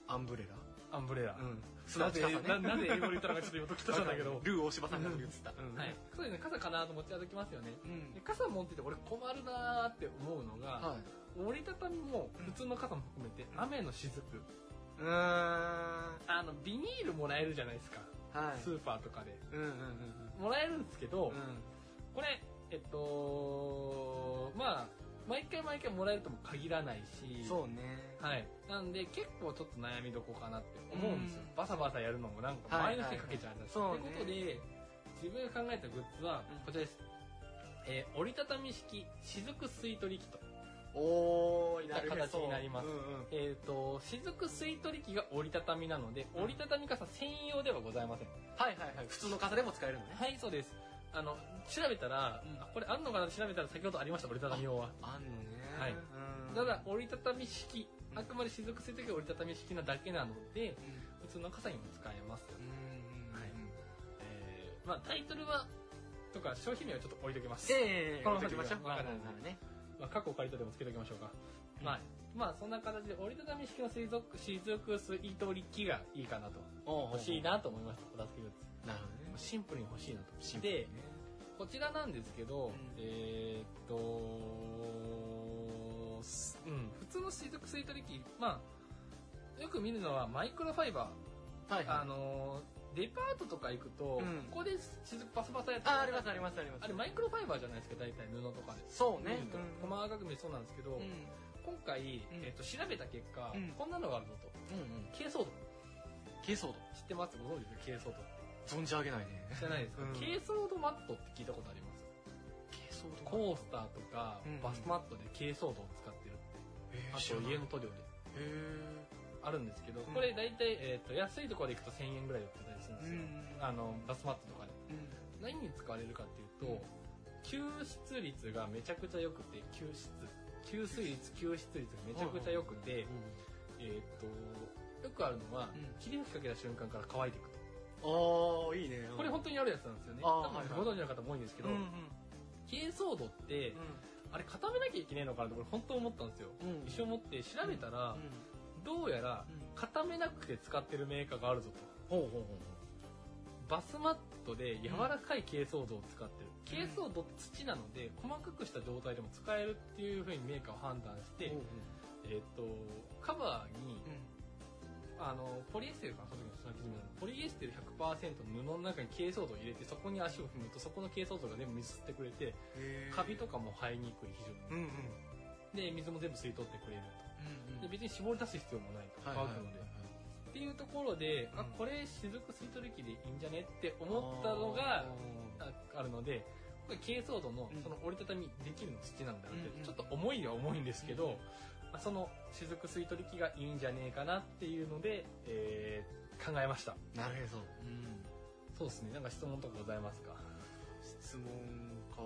アンブレアンブレララ。。うん。な砂ぜ地傘ね。ななぜ英語で言ったのかちょっと今ドキッとしたんだけど。ルー大柴さんが言ってた。うんはい。そうですね、傘かなと持ち歩きますよね。うんで。傘持ってて俺困るなーって思うのが、はい。折りたたみも普通の傘も含めてうん雨の雫。うーん。はあの、ビニールもらえるじゃないですか。スい。ーパーとかで。うんうんうんもらえるんですけうん。うど、ん。これ、えっと、まあ、毎回毎回もらえるとも限らないし、そうね。はい。なんで、結構ちょっと悩みどこかなって思うんですよう。んバサバサやるのもなんかはい前の人にかけちゃうじゃん。はいはいってそこうとねで、自分が考えたグッズはうん、こちらです。えー折りたたみ式、雫吸い取り機と。おー、なる形になりますうんうん。えっ、と、雫吸い取り機が折りたたみなので、うん折りたたみ傘専用ではございません。はいはいはい。普通の傘でも使えるのね。はい、そうです。あの、調べたら、うんあこれあるのかなって調べたら先ほどありました、折りたたみ用は。あんのね。はいうん。ただ、折りたたみ式、うんあくまで雫吸い取り機が折りたたみ式なだけなので、うん、うん普通の傘にも使えますうよんうん。はいえーまあタイトルは、とか商品名はちょっと置いときます。ええ、この置いときましょう。わかるわかるね。まあ、過去借りとでもつけときましょうか。うんまあ、まあそんな形で折りたたみ式の水族、雫吸い取り機がいいかなと。欲欲しいな。なと思いました、お助けグッズ。なるほどね。シンプルに欲しいなと。シンプルにねで、こちらなんですけど、んえーっと、すうん、普通の水族吸い取り機、まあ、よく見るのはマイクロファイはバいー。はい。あのー、デパートとか行くうと、んここで雫パサパサやってあ、ありますありますあります。あれマイクロファイバーじゃないですか、大体布とかで。そうね見る。とうん細かく見るとそうなんですけうど、ん。今回、えーっと、調べた結果、うんこんなのがあるぞと。うんうん。珪藻土。珪藻土。知ってますご存知ですか珪藻土って。存じ上げないね。知らないですか、うん珪藻土マットって聞いたことあります珪藻土。コースターとかうんバスマットで珪藻土を使ってるって、えーあ知らとない家の塗料でへえ。あるんですけんど、これ大体、えー、と安いところで行くと1000円ぐらいで売ってたりするんですよ、あのバスマットとかでうん何に使われるかっていうと、吸湿率がめちゃくちゃ良くて吸湿吸水率吸湿率がめちゃくちゃ良くて、えっ、とよくあるのうは、ん霧吹きかけた瞬間から乾いていくああといいねこれ本当にあるやつなんですよねあー多分ご存知の方も多いんですけ当ど、うん珪藻土って、あれ固めなきゃいけないのかなって俺本当思ったんですようんうん一生持って調べたら、うんどうやら固めなくて使ってるメーカーがあるぞとほうほうほうバスマットで柔らかい珪藻土を使ってうるん珪藻土って土なので細かくした状態でも使えるっていう風にメーカーを判断してほうえっとカバーにうんあのポリエステルかなその時のその記事見たのポリエステル100%の布の中に珪藻土を入れてそこに足を踏むとそこの珪藻土が全部水吸ってくれてへーカビとかも生えにくい非常うんうにんうんで水も全部吸い取ってくれるうんとで別に絞り出す必要もないと乾はいはくいのでっていうところで、うんあこれ雫吸い取り機でいいんじゃねって思ったのがあーああるのでこれ珪藻土のうんその折りたたみできるの土なんだなって、うんうんちょっと重いは重いんですけうど、んまあその雫吸い取り機がいいんじゃねえかなっていうので、えー考えましたなるへそうんそうですねなんか質問とかございますか質問か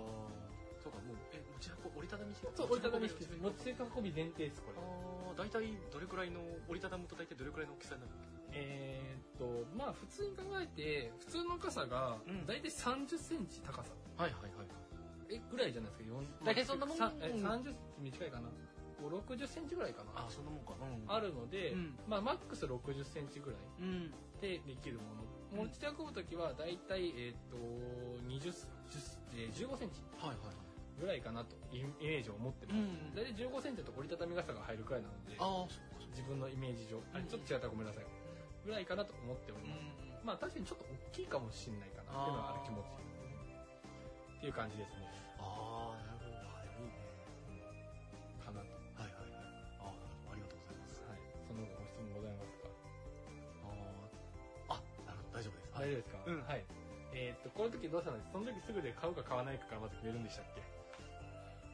そうかもうえ持ち運び折りたたみ式そう折りたたみ式です持持ちち運び前提ですこれああ大体どれくらいの折りたたむと大体どれくらいの大きさになるえーっとまあ普通に考えて普通の傘がうん大体3 0センチ高さはいはいはいえぐらいじゃないですか4大体そんなもんさえ30短いかな560センチぐらいかなあそんなもんかあるので、うんまあマックス60センチぐらういんでできるもうのん持ち運ぶ時はだいたいえっ、と20 10えー15センチはいはいはいぐらいかなとイイメージを持ってうます、んだいたい15センチだと折りたたみ傘が入るくらいなのでああそっかそっか自分のイメージ上あれちょっと違ったらごめんなさいぐらいかなと思っておうります、んまあ確かにちょっと大きいかもしれないかなっていうのはある気持ちっていう感じですねああ、なるほど。あでもいいね。はいはいはい。ああ、なるほど。かなとありがとうございます。はい。その他ご質問ございますかああ、あ、なるほど。大丈夫です。大丈夫ですかうんはい。えーっと、この時どうしたんですその時すぐで買うか買わないかからまず決めるんでしたっけ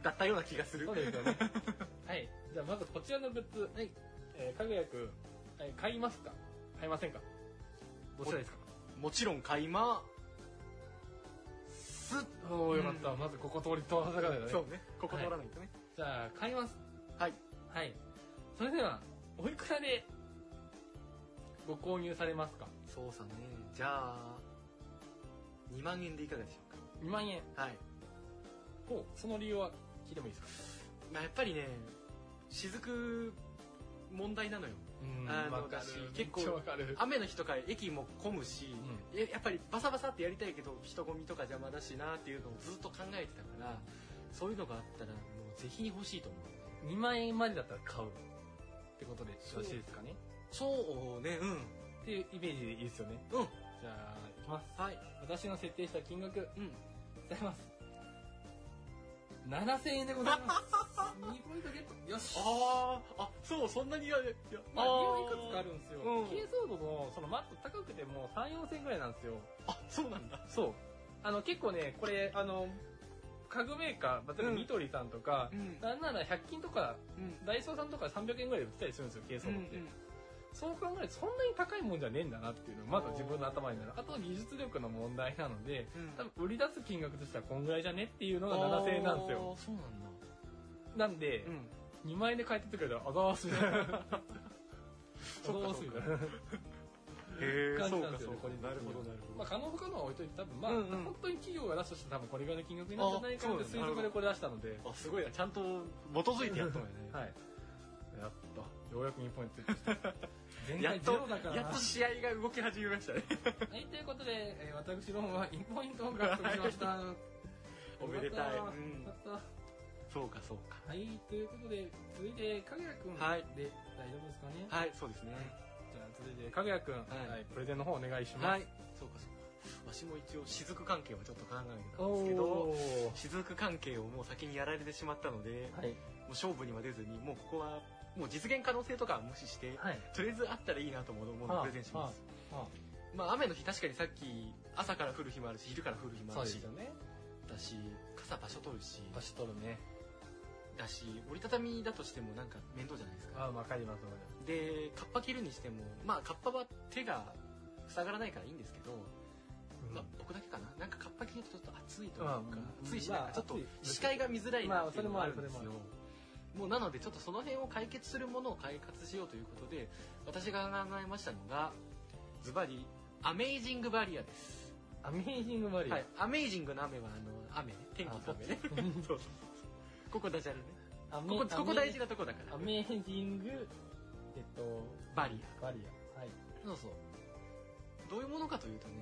だったような気がする。そうですよね。 はい。じゃあまずこちらのグッズ。はい。えー、かぐやくん、えー買いますか買いませんかどちらですかもちろん買いま、す。おおよかった。うんまずここ通り通らなかったね。そうね。ここ通らないとね。じゃあ、買います。はい。はい。それでは、おいくらで、ご購入されますか操作ねじゃあ2万円でいかがでしょう ?2 万円。かはい、ほう、その理由は聞いてもいいですかまあ、やっぱりね雫問題なのようんあのわかる結構めっちゃわかる。雨の日とか駅も混むし、えやっぱりバサバサってやりたいけど人混みとか邪魔だしなっていうのをずっと考えてたからそういうのがあったらもうぜひ欲しいと思う2万円までだったら買う。ってことでよろしいですかねそうねうんっていうイメージでいいですよね。うんじゃあ、いきます。はい私の設定した金額、うんございます。7000円でござい ます。2ポイントゲット。よし。あーあそうそんなにやるいやまあ、理由はいーくつかあるんですよ。うん軽装度の、そのマット高くても3、4000円ぐらいなんですよ。あそうなんだそう。あの、結構ね、これ、あの、家具メーカー、例えばうんニトリさんとかう、んなんなら100均とか、うんダイソーさんとか300円ぐらいで売ってたりするんですよ、軽装度って。そう考えると、そんなに高いもんじゃねえんだなっていうのがまだ自分の頭になる。あとは技術力の問題なので、うん多分売り出す金額としてはこんぐらいじゃねっていうのが7000円なんですよ。あーそうなんだなんで、2万円で買えた時は、あざわすみ たいな。あざわすみたいな。へえ感そうじなんかですそようかね個人的になるほどなるほどまあ、可能不可能は置いといて、多分まあ、うんうん本当に企業が出すとして多分これぐらいの金額になるんじゃないかってあそうです推測でこれ出したので、あすごいなちゃんと基づいてやったのよねはい。やっと、ようやく2ポイントゲットした。前やっ回ゼとロだからやな。っと試合が動き始めました ねはい、ということで、えー私ローンは1ポイントを獲得しました。 おめでたいよかっうんたよかっそうかそうかたはい、ということで、続いて、かぐやくん。はいで、大丈夫ですかねはいそうですねじゃあ、続いて、かぐやくん。いはい、プレゼンの方お願いします。はいそうかそうかわしも一応雫関係はちょっと考えてたんですけどおー雫関係をもう先にやられてしまったので、はい。もう勝負には出ずにもうここはもう実現可能性とかは無視してはい。とりあえずあったらいいなと思うものをプレゼンします、はまあ雨の日確かにさっき朝から降る日もあるし昼から降る日あ、もそあうるでしすよね。だし傘場所取るし場所取るね。だし折りたたみだとしてもなんか面倒じゃないですかああ、わかります、わかります。でカッパ着るにしてもまあカッパは手が塞がらないからいいんですけど、まあ僕だけかななんかカッパ着るとちょっと暑いというか、うん暑いしまなんあかちょっと暑い視界が見づらいなっていうのまもああそれるんでもあるすそれよももうなのでちょっとその辺を解決するものを開発しようということで私が考えましたのがズバリアメイジングバリアですアメージングマリア。はい、アメイジングの雨はあの雨ね天気の雨ね そうそうそうここダジャレねアメここここ大事だ。なとこだからアメージング、えっと、バリア。バリア。はい。そうそうどういうものかというとね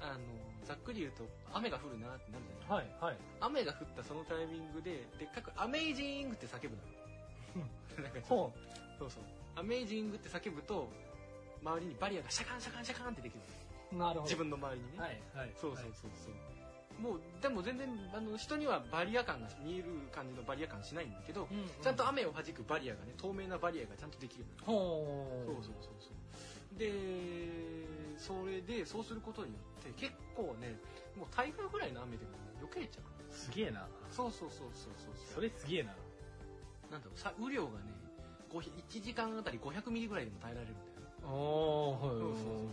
あのざっくり言うと雨が降るなってなるじゃないはい、はい。雨が降ったそのタイミングででっかく「アメイジング」って叫ぶのなんかちょっほとそうそう「アメイジング」って叫ぶと周りにバリアがシャカンシャカンシャカンってできるのう。なるほど。自分の周りにね、はい、はい。そうそうそうそう。もう、でも全然、あの、人にはバリア感が、見える感じのバリア感しないんだけど、うん。ちゃんと雨を弾くバリアがね、透明なバリアがちゃんとできる。ほそうう。そうそうそう。で、それで、そうすることによって、結構ね、もう台風ぐらいの雨でもね、避けちゃう。すげえな。そうそうそうそうそう。それすげえな。なんだろう、さ雨量がね、ごひ1時間あたり500ミリぐらいでも耐えられるんだよね。おー、そうそうそう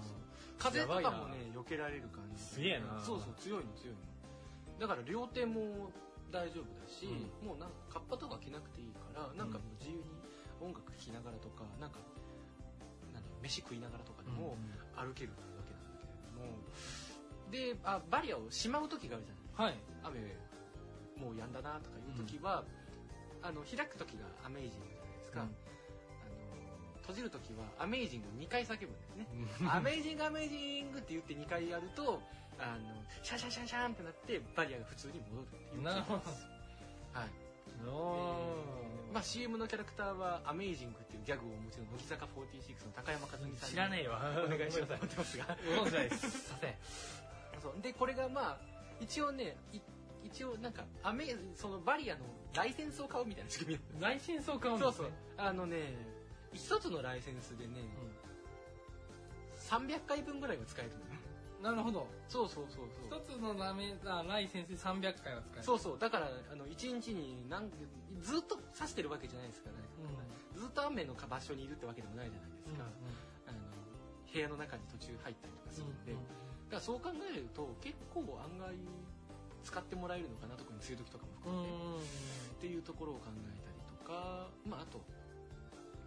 風とかもね避けられる感じすげえなそうそう強いの強いのだから両手も大丈夫だし、もうなんかカッパとか着なくていいからなんかもう自由に音楽聴きながらとかなんかなんだろう飯食いながらとかでも歩けるわけなんだけれども、であバリアをしまう時があるじゃないはい。雨もうやんだなとかいう時は、あの開く時がアメージングじゃないですか、うんあの閉じる時はアメージングを2回叫ぶんだよねアメージングアメージングって言って2回やると、あの、シャンシャンシャンシャンってなって、バリアが普通に戻るっていう。なるほど。はい。おー。まあ CM のキャラクターは、アメージングっていうギャグをお持ちの乃木坂46の高山和美さんに知らないわ。お願いしようとご思っめんなさてますが。い。ご存じないです。させ。そうで、これがまあ、一応ね、い一応なんか、アメ、そのバリアのライセンスを買うみたいな仕組みなんで内心そう買うんす。そうそですねう。。あのね、一つのライセンスでね、300回分ぐらいは使えるのよ。うんなるほど。そうそうそうそう。一つのラメ、あ、ライセンスで300回は使える。そうそうだからあの一日に何ずっと指してるわけじゃないですからね、ずっと雨の場所にいるってわけでもないじゃないですか、うん。あの部屋の中に途中入ったりとかするんで、うんだからそう考えると結構案外使ってもらえるのかな特に梅雨時とかもうん含めて、っていうところを考えたりとかまああと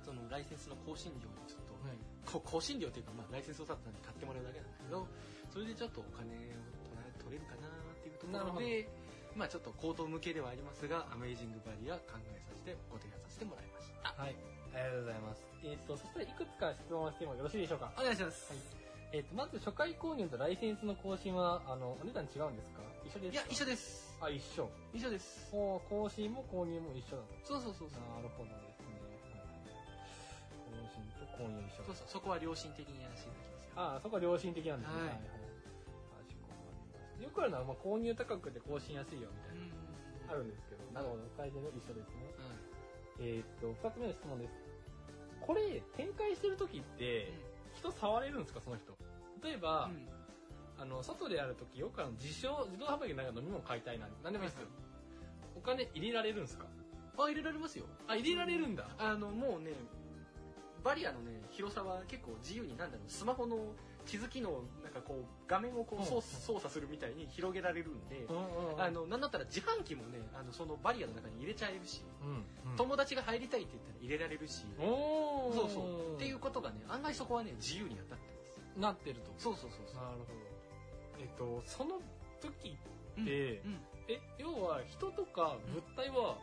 そのライセンスの更新料でちょっとはいこ更新料というか、まあ、ライセンスを取ったんで買ってもらうだけなんだけど、それでちょっとお金を取ら取れるかなっていうところで、まあちょっと口頭向けではありますが、アメイジングバリア考えさせてご提案させてもらいました。はい。ありがとうございます。えっ、と、そしたらいくつか質問をしてもよろしいでしょうか。お願いします。はいえっ、と、まず初回購入とライセンスの更新は、あの、お値段違うんですか一緒ですいや、か一緒です。あ、一緒。一緒です。もう更新も購入も一緒なの。そうそうそうそう。なるほどですね。はい更新と購入一緒。そうそう、そこは良心的にやらせていただきますよ。ああ、そこは良心的なんですね。はいはいはいよくあるのは、まあ、購入価格で更新安いよみたういんな。あるんですけど、なるほど、改善も一緒ですね。うんえーっと、二つ目の質問です。これ、展開してる時って、人触れるんですか、その人。例えば、うんあの、外でやる時、よくあの、自称、自動販売機の中で飲み物買いたいな、なんでもいいですよ。お金入れられるんですかあ、入れられますよ。あ、入れられるんだ。あの、もうね、バリアのね、広さは結構自由に、なんだろう、スマホの地図機能、なんかこう、画面をこううん操操作するみたいに広げられるんで、ああの、の、なんだったら自販機もね、あの、そのバリアの中に入れちゃえるし、うん。うん、友達が入りたいって言ったら入れられるし、おーそうそう。っていう、ことがね、案外そこはね、自由にやったってます。なってると。そうそうそうそう。なるほど。えっと、その時、うんでうんえ、要は人とか物体は、う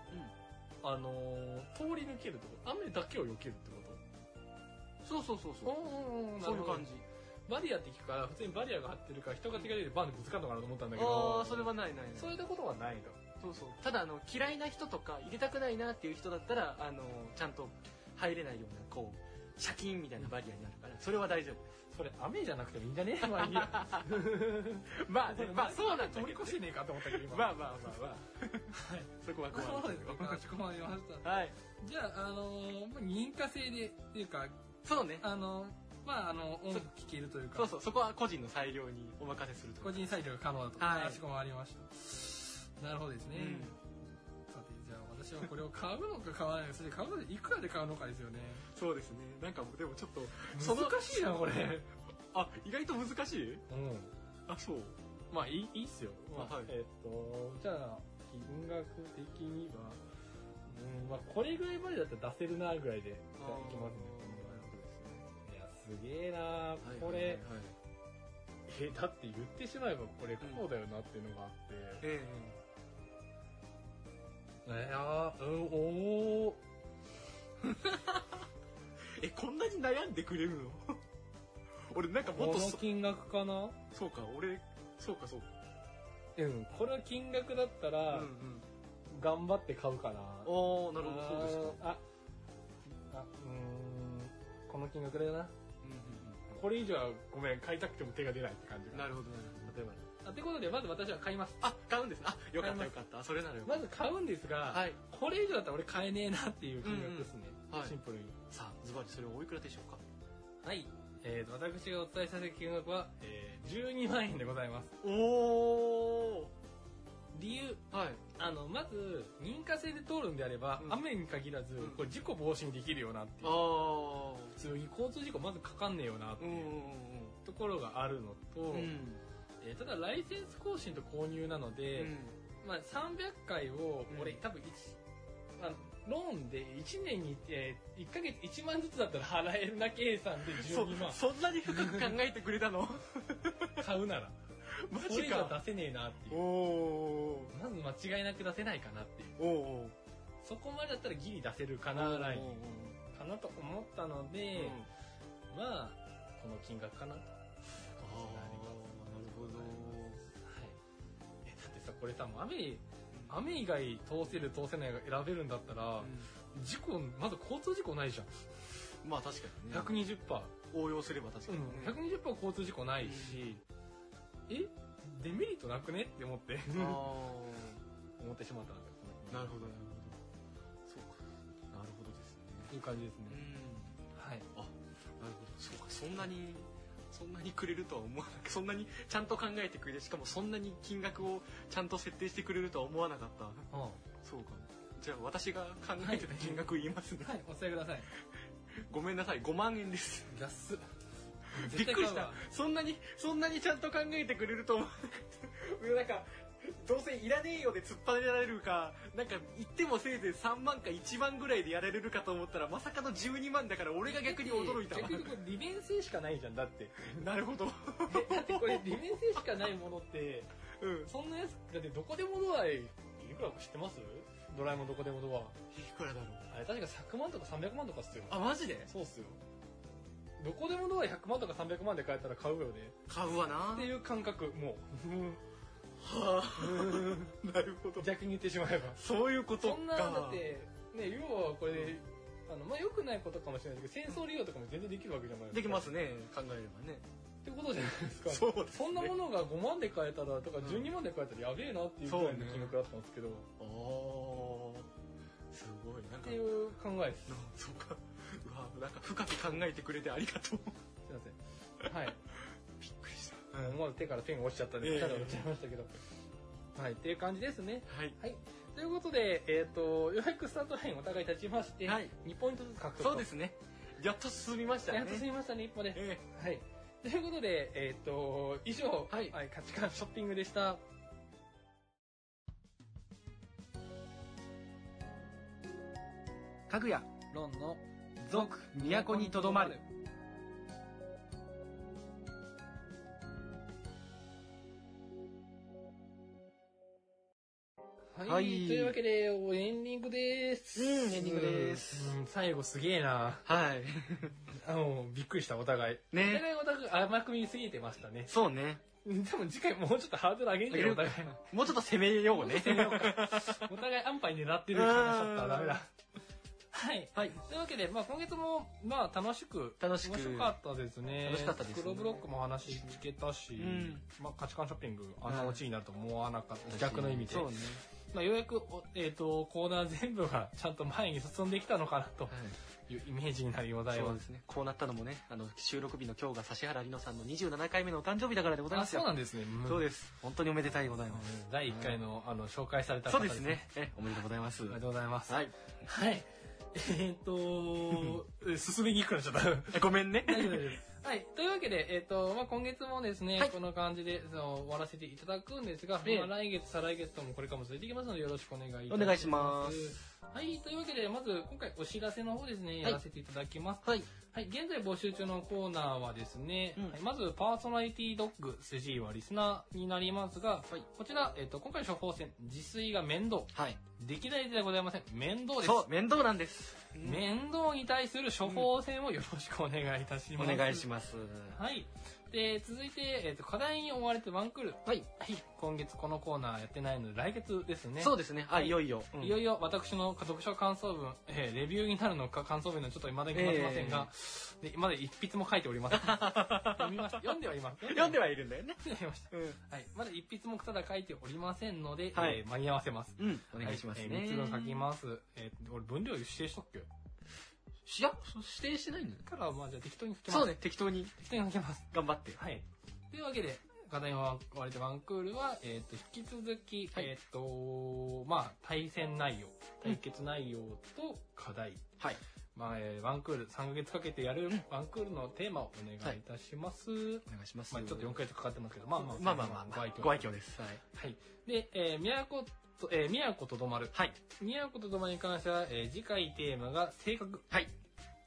あのー通り抜けるってこと雨だけを避けるってんそうそうそうこそう。とそういう感じ。じ。バリアって聞くから、普通にバリアが張ってるから人が手が出てバンってぶつかるのかなと思ったんだけど。ああ、それ。はないないない。そういったことはないと。そうそう。ただ、あの、嫌いな人とか、入れたくないなっていう人だったら、あの、ちゃんと入れないような、こう、シャキーンみたいなバリアになるから、それは大丈夫。それ雨じゃなくてもいいんじゃ ねまあいいや。まあね、まあそうなんだ通けりど。越してねえかと思ったけど今。まあまあまあまあ。そこはそう怖いですね。かしこまりました。 はい。じゃあ、あのーまあ認可制で、っていうか、そうね。あのーまあ、あの、音楽聴けるというか、そうそう、そこは個人の裁量にお任せすると。個人採用が可能だと。はいかしこまりました。なるほどですね。うんさて、じゃあ私はこれを買うのか買わないのか、それ買うのでいくらで買うのかですよね。そうですね。なんか、でもちょっと、 その難しいな、これ。うあ、意外と難しいうん。あ、そう。まあいい、いいっすよ。まあ、はいえっ、と、じゃあ、金額的には、うん、まあこれぐらいまでだったら出せるなぐらいで、いあーきますね。いや、すげえなはいこれ、はいはいはいえ、だって言ってしまえばこれこうだよなっていうのがあって。ええやー、うん、おー。ええこんなに悩んでくれるの 俺なんかもっことのそ金額かなそうか俺そうかそうかうん、これは金額だったら、ん頑張って買うかな。おなるほどそうですかあー、あ、あうーん、この金額だよな。これ以上はごめん、買いたくても手が出ないって感じが。なるほどなるほど例えばね。あってことで、まず私は買います。あ買うんですねあよかっ買たいますよかったそれならよかっまず買うんですが、たはいこれ以上だったら俺買えねえなっていう金額ですね。うんうんはいシンプルに。さあズバリそれはおいくらでしょうかはい。えー、と、私がお伝えさせた金額は、えー、12万円でございます。おお理由、はいあの、まず、認可制で通るんであれば、うん雨に限らずうん、これ事故防止にできるよなっていう。あ普通に交通事故まずかかんねえよなあっていうところがあるのと、うんうんえーただライセンス更新と購入なので、まあ、300回をうん俺、多分一あのローンで1年に、えー、1ヶ月1万ずつだったら払えるな計算で12万そそんなに深く考えてくれたの買うなら マそれジ以上か出せねえなっておいうおまず間違いなく出せないかなっていうおおそこまでだったらギリ出せるかーなラインおーおーかなと思ったのうんで、まあこの金額かなとあーなるほどはいえだってさこれさもう雨雨以外通せる通せないが選べるんだったら、事故まず交通事故ないじゃんうんまあ確かにね120%、応用すれば確かうにねん、120%交通事故ないし、えデメリットなくねって 思ってあ思ってしまったんだよーなるほどなるほどそうかなるほどですねっていう感じですね、うんはないるほどそうかそんなにそんなにくれるとは思わなくそんなにちゃんと考えてくれてしかもそんなに金額をちゃんと設定してくれるとは思わなかったはそうかじゃあ私が考えてた金額言いますね、はい、お伝えください。ごめんなさい5万円ですい 安っびっくりしたそんなにそんなにちゃんと考えてくれると思わなかったなんかどうせいらねえよで突っ張られるか、なんか言ってもせいぜい3万か1万ぐらいでやられるかと思ったら、まさかの12万だから俺が逆に驚いた。逆にこれ利便性しかないじゃん、だって。なるほど。だって これ利便性しかないものって、うん。そんなやつ、だってどこでもドアへ、いくらか知ってますドラえもんどこでもドいくらだろうア。あれ確か100万とか300万とかっすよ。あ、マジでそうっすよ。どこでもドア100万とか300万で買えたら買うよね。買うわなっていう感覚、もはあ、なるほどう、。逆に言ってしまえば。そういうことか。そんな、だって、ね、要はこれ、あの、まあ、良くないことかもしれないですけど、戦争利用とかも全然できるわけじゃないですか。できますね、考えればね。ってことじゃないですか。そうですねそんなものが5万で買えたら、とかうん12万で買えたらやべえなっていうぐらいの金額だったんですけど、っああ、すごい。なんかてい、う考えです。なそうか。うわ、なんか深く考えてくれてありがとう。すいません。はい。びっくりした。もう思わず手からペンが落ちちゃったんで、ええペタ落ちちゃいましたけど。はい、っていう感じですね。はい。はい。ということで、えっ、と、ようやくスタートラインお互い立ちまして、はい2ポイントずつ獲得と。そうですね。やっと進みましたね。やっとすみましたね、一歩で。えはい。ということで、えっ、と、以上、はい価値観ショッピングでした。かぐや、ロンの続、都にとどまる。はい、はいというわけで、おエンディングです。うんエンディングですうん。最後すげえな。はい。あの、びっくりした、お互い。おね。互いお互い甘く見すぎてましたね。そうね。 でも次回もうちょっとハードル上げんじゃん、 お互い。もうちょっと攻めようね。お互い安牌狙ってる話だったらダメうんだ。はい。はい。というわけで、まあ今月も、まあ楽しく、楽しく面白かったですね。楽しかったですね黒ブロックも話聞けたし、うんまあ価値観ショッピング、あんなオチになると思わなかった。私逆の意味で。そうね。まあようやく、おえっ、と、コーナー全部がちゃんと前に進んできたのかなとはいいうイメージになるようだそうよで。すね。こうなったのもね、あの、収録日の今日が指原莉乃さんの27回目のお誕生日だからでございあ、ますそうよ。なんですね。うんそうです。本当におめでたいございます。うん第1回の、あの、紹介されたそ方うですね。。え、おめでとうございます。ありはがとうございます。い。はい。えーっ と、え進めにくくなっちゃった。えごめんね。大丈夫です。はい。というわけで、えーっ、と、まあ、今月もですね、はいこの感じでその終わらせていただくんですが、ええまあ、来月、再来月ともこれからも続いていきますので、よろしくお願いいたします。お願いしますはい。というわけで、まず、今回お知らせの方ですね、いやらせていただきます。はい。はい。現在募集中のコーナーはですね、うんはいまず、パーソナリティドッグ、スジーはリスナーになりますが、はいこちら、えーっ、と、今回の処方箋、自炊が面倒。はい。できないではございません。面倒です。そう、面倒なんです。面倒に対する処方箋をよろしくお願いいたしおます。願いします。はい。で、続いて、えっ、と、課題に追われてワンクール。はい。はい。今月このコーナーやってないので、来月ですね。そうですね。あ、いよいよ。うんいよいよ私の読書感想文、えーレビューになるのか感想文のちょっと未だに決まってませんが、でまだ一筆も書いてお りません。読みました。読んではいます。読んでははいるんだよね。読んではいましうん。た。はい。まだ一筆もただ書いておりませんので、はいえー間に合わせます。うん。お願いしますはね。えー三つの書きます。えー俺分量指定しとくよ。す。いや、そう指定してないんだよね。だから、まあじゃあ適当に書きます。そうね。適当に適当に書きます。頑張って。はい。というわけで、課題は割とワンクールは、えっ、と、引き続き、はいえっ、と、まあ、対戦内容、うん対決内容と課題。はい。まあ、えーワンクール、3ヶ月かけてやるワンクールのテーマをお願いいたします。お願いします。まあ、ちょっと4回とかかってますけど、まあまあ、まあまあまあ、ごご愛愛嬌。嬌。です。はい。はい。で、えー、宮古と、えー、宮古とどまる。はい。宮古とどまるに関しては、えー次回テーマが性格。はい。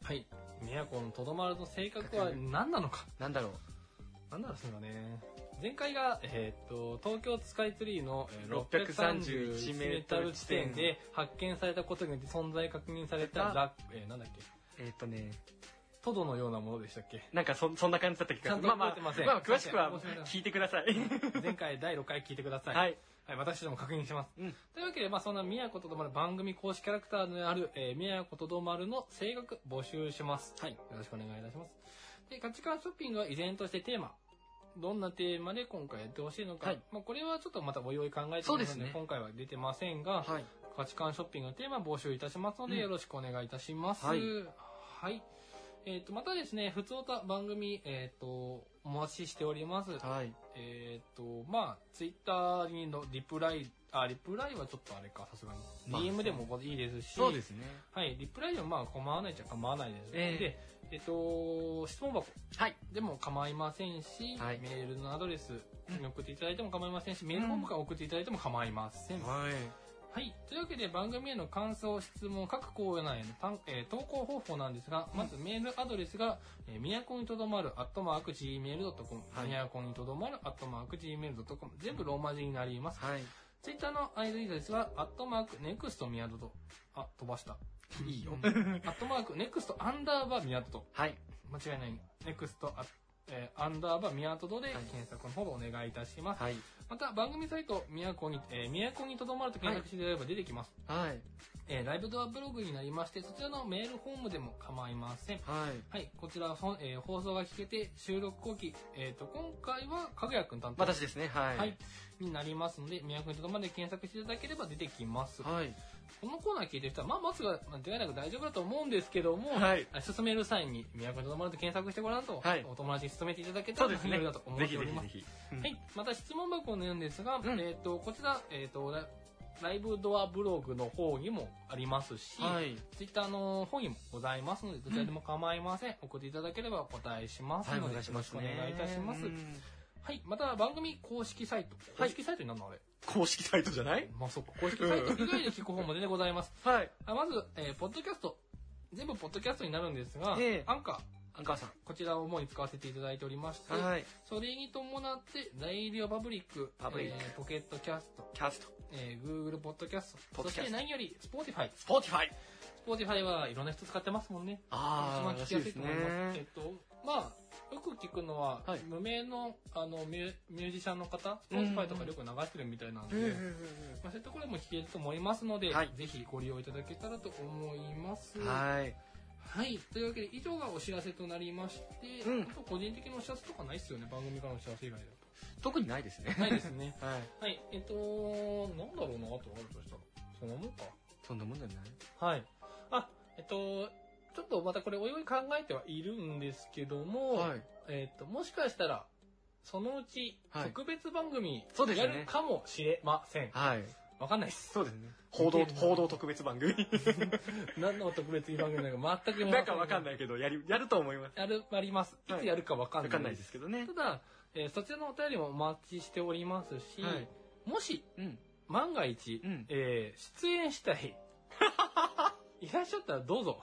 はい。宮古のとどまるの性格は何なのか。なんだろう。なんだろうそのね。前回が、えーっと、東京スカイツリーのえー631 631メートル地点で発見されたことによって存在確認されたラ、えーなんだっけ、えーっとね、トドのようなものでしたっけなんかそ、そんな感じだった気がちゃんとまあま覚えてませあ、んまあ、詳しくは申し訳ない聞いてください。前回第6回聞いてください。ははい。い。私ども確認します。うんというわけで、まあそんな宮古とどまる番組公式キャラクターである、えー、宮古とどまるの性格募集します。 はい。よろしくお願いいたします。で、価値観ショッピングは依然としてテーマ。どんなテーマで今回やってほしいのか。はいまあこれはちょっとまたおいおい考えてそうみでますすのねで、今回は出てませんが、はい。価値観ショッピングのテーマ募集いたしますので、うんよろしくお願いいたします。はいはい。えっ、と、またですね、普通た番組、えっ、と、お待ちしております。はい。えっ、と、まあ、ツイッターにのリプライ、あ、リプライはちょっとあれか、さすがまあに。DM でもいいですし、そうですね。はい、リプライでもまあ構わないっちゃ構わないです。ええで、えっ、と、質問箱はい。でも構いませんし、はいメールのアドレスに送っていただいても構いませんし、メールフォームから送っていただいても構いません。はい。はい。というわけで番組への感想、質問、各コーナーへの単、えー投稿方法なんですが、まずメールアドレスが、えー、みやこにとどまる、アットマーク gmail.com、はいみやこにとどまる、アットマーク gmail.com、全部ローマ字になります。はい。ツイッターの ID ですが、アットマーク、ネクストミヤドと、あ、飛ばした。いいよ。 アットマーク、ネクストアンダーバーミヤドと、はい。間違いない。ネクスト、あえーアンダーバーミヤドとではい検索の方をお願いいたします。はい。また、番組サイト、みやこに、えー、みやこにとどまると検索していただければ出てきます。はい。えーライブドアブログになりまして、そちらのメールフォームでも構いません。はい。はい、こちらは、ほんえー放送が聞けて、収録後期、えっ、と、今回は、かぐやくん担当。私ですね。はい。はい。になりますので、宮くんとどまで検索していただければ出てきます。はい。このコーナー聞いてる人は、まあ、松が、まあ、間違いなく大丈夫だと思うんですけども、はいあ進める際に、宮くんとどまで検索してごらんと、はいお友達に進めていただけたそうら、ですね良いだと。思ぜっひておぜりひますぜ。ひ。うんはい、また質問箱なんですが、うんえっ、と、こちら、えっ、と、ラライブドアブログの方にもありますし、はい。ツイッターの方にもございますので、どちらでも構いません。送っていただければお答えしますはい、のおで、願いしますね。お願いいたしますう。んはい、また番組公式サイト。は公い式サイトになるのあれ。公式サイトじゃないまあそっか、公式サイト以外で聞く方も出てございます。はい。あまず、えーポッドキャスト。全部ポッドキャストになるんですが、ええアンカー、アンカーさん。こちらを主に使わせていただいておりまして、はい。それに伴って、材料パブリック、パブリックえーポケットキャスト、キャスト。えー Google ポッドキャスト、ポッドそキャスしトて何より Spotify。スポーティファイ。 Spotify はいろんな人使ってますもんね。一あ番あ、らし聞きいやですいすと思います。えっね。と、まあ、よく聞くのは、はい無名のあのミュミュージシャンの方、うん Spotify とかよく流してるみたいなので、まあ、そういうところも聞けると思いますので、はいぜひご利用いただけたらと思います。はい。はい。というわけで、以上がお知らせとなりまして、うんあと個人的なお知らせとかないっすよね、番組からのお知らせ以外だ特にないですね。と。。ないですねはい。はい。えっと、なんだろうな、あとあるとしたら。そんなもんか。そんなもんじゃないはい。あ、えっと、ちょっとまたこれおいおい考えてはいるんですけども、い。えっと、もしかしたら、そのうち、はい特別番組、そうですやよねるかもしれません。わ、はい。かんな いです。そうですね。報道、報道特別番組。何の特別番組なのか全くなんかわかんい。ないけど、やり、やると思います。やる、あります。いはいつやるかわかんわない。かんないですけどねた。だ、えーそちらのお便りもお待ちしておりますし、はいもし、うん。万が一、うんえー出演した い、いらっしゃったらどうぞ。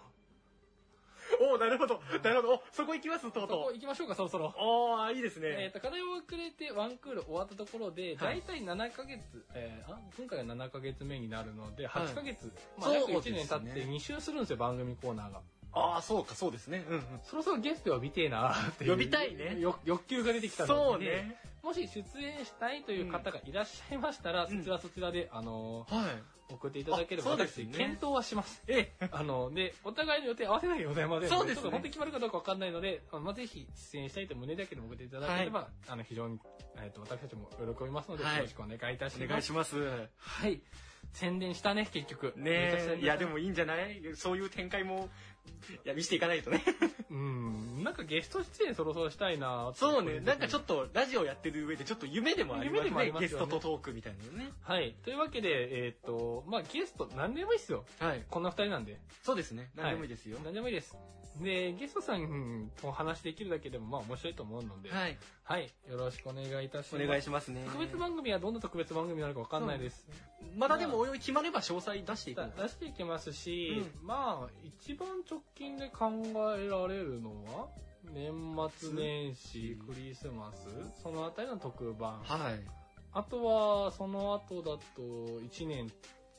おーなるほど。なるほど。おそこ行きます、とうそこと行きましょうか、そろそろ。う。おーいいですえっ、ね。と、課題を遅れてワンクール終わったところで、はい大体7ヶ月、えーあ、今回が7ヶ月目になるので、はい8ヶ月、まそあ、う約です1ね年経って2周するんですよ、番組コーナーが。ああ、そうか、そうですね。うんうん。そろそろゲスト呼びてえなっていう。呼びたいねよ欲求が出てきたそのうで、ね。もし出演したいという方がいらっしゃいましたら、うんそちらそちらで、あのはい。ー送っていただければ、あそうです私、ね検討はします。え、あの、で、お互いの予定合わせなきゃございませんのそうですねちょっと本当に決まるかどうかわかんないので、あのまあ、ぜひ出演したいという胸だけでも送っていただければ、あの、非常に、えっ、と、私たちも喜びますので、はいよろしくお願いいたします。お願いします。はい。宣伝したね、結局。めちゃくちゃね宣え。伝したいや、で。もいいんじゃないそういう展開も、いや、見せていかないとね。うん、なんかゲスト出演そろそろしたいなそう ね。なんかちょっっと、ラジオやってる上で、ちょっと夢でもあります夢でもあねり。ますゲよスねトとトークみたいなのね。と。はい。というわけで、えっ、と、まあ、ゲスト、何でもいいっすよ。はい。こんな二人なんで。そうですね。何でもいいですよ。何でもいいです。で、ゲストさんとお話できるだけでも、まあ、面白いと思うので、はい。はい。よろしくお願いいたしおます。願いしますね。特別番組はどんな特別番組になるかわかんないです。まだでも、おいおい決まれば詳細出していこうか出していきますし、うまあ、一番直近で考えられるのは、年末年始、クリスマス、そのあたりの特番。はい。あとは、その後だと、1年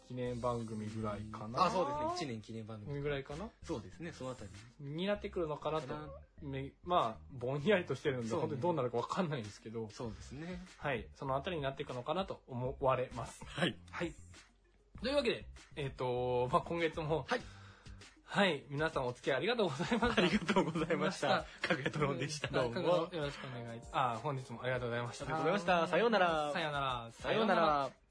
記念番組ぐらいかな。あ、そうですね。1年記念番組。年。ぐらいかなそうですね、そのあたり。になってくるのかなと。めまあ、ぼんやりとしてるので、そうね本当にどうなるかわかんないんですけど、そうですね。はい。そのあたりになっていくのかなと思われます。はい。はい。というわけで、えっ、と、まあ、今月も、はい。はい、皆さんお付き合いありがとうございましあた。りがとうございました。かぐやとろんでした。どうも。よろしくお願い。あ、本日もありがとうございました。ありがとうございましたさようならさようなら。さようなら。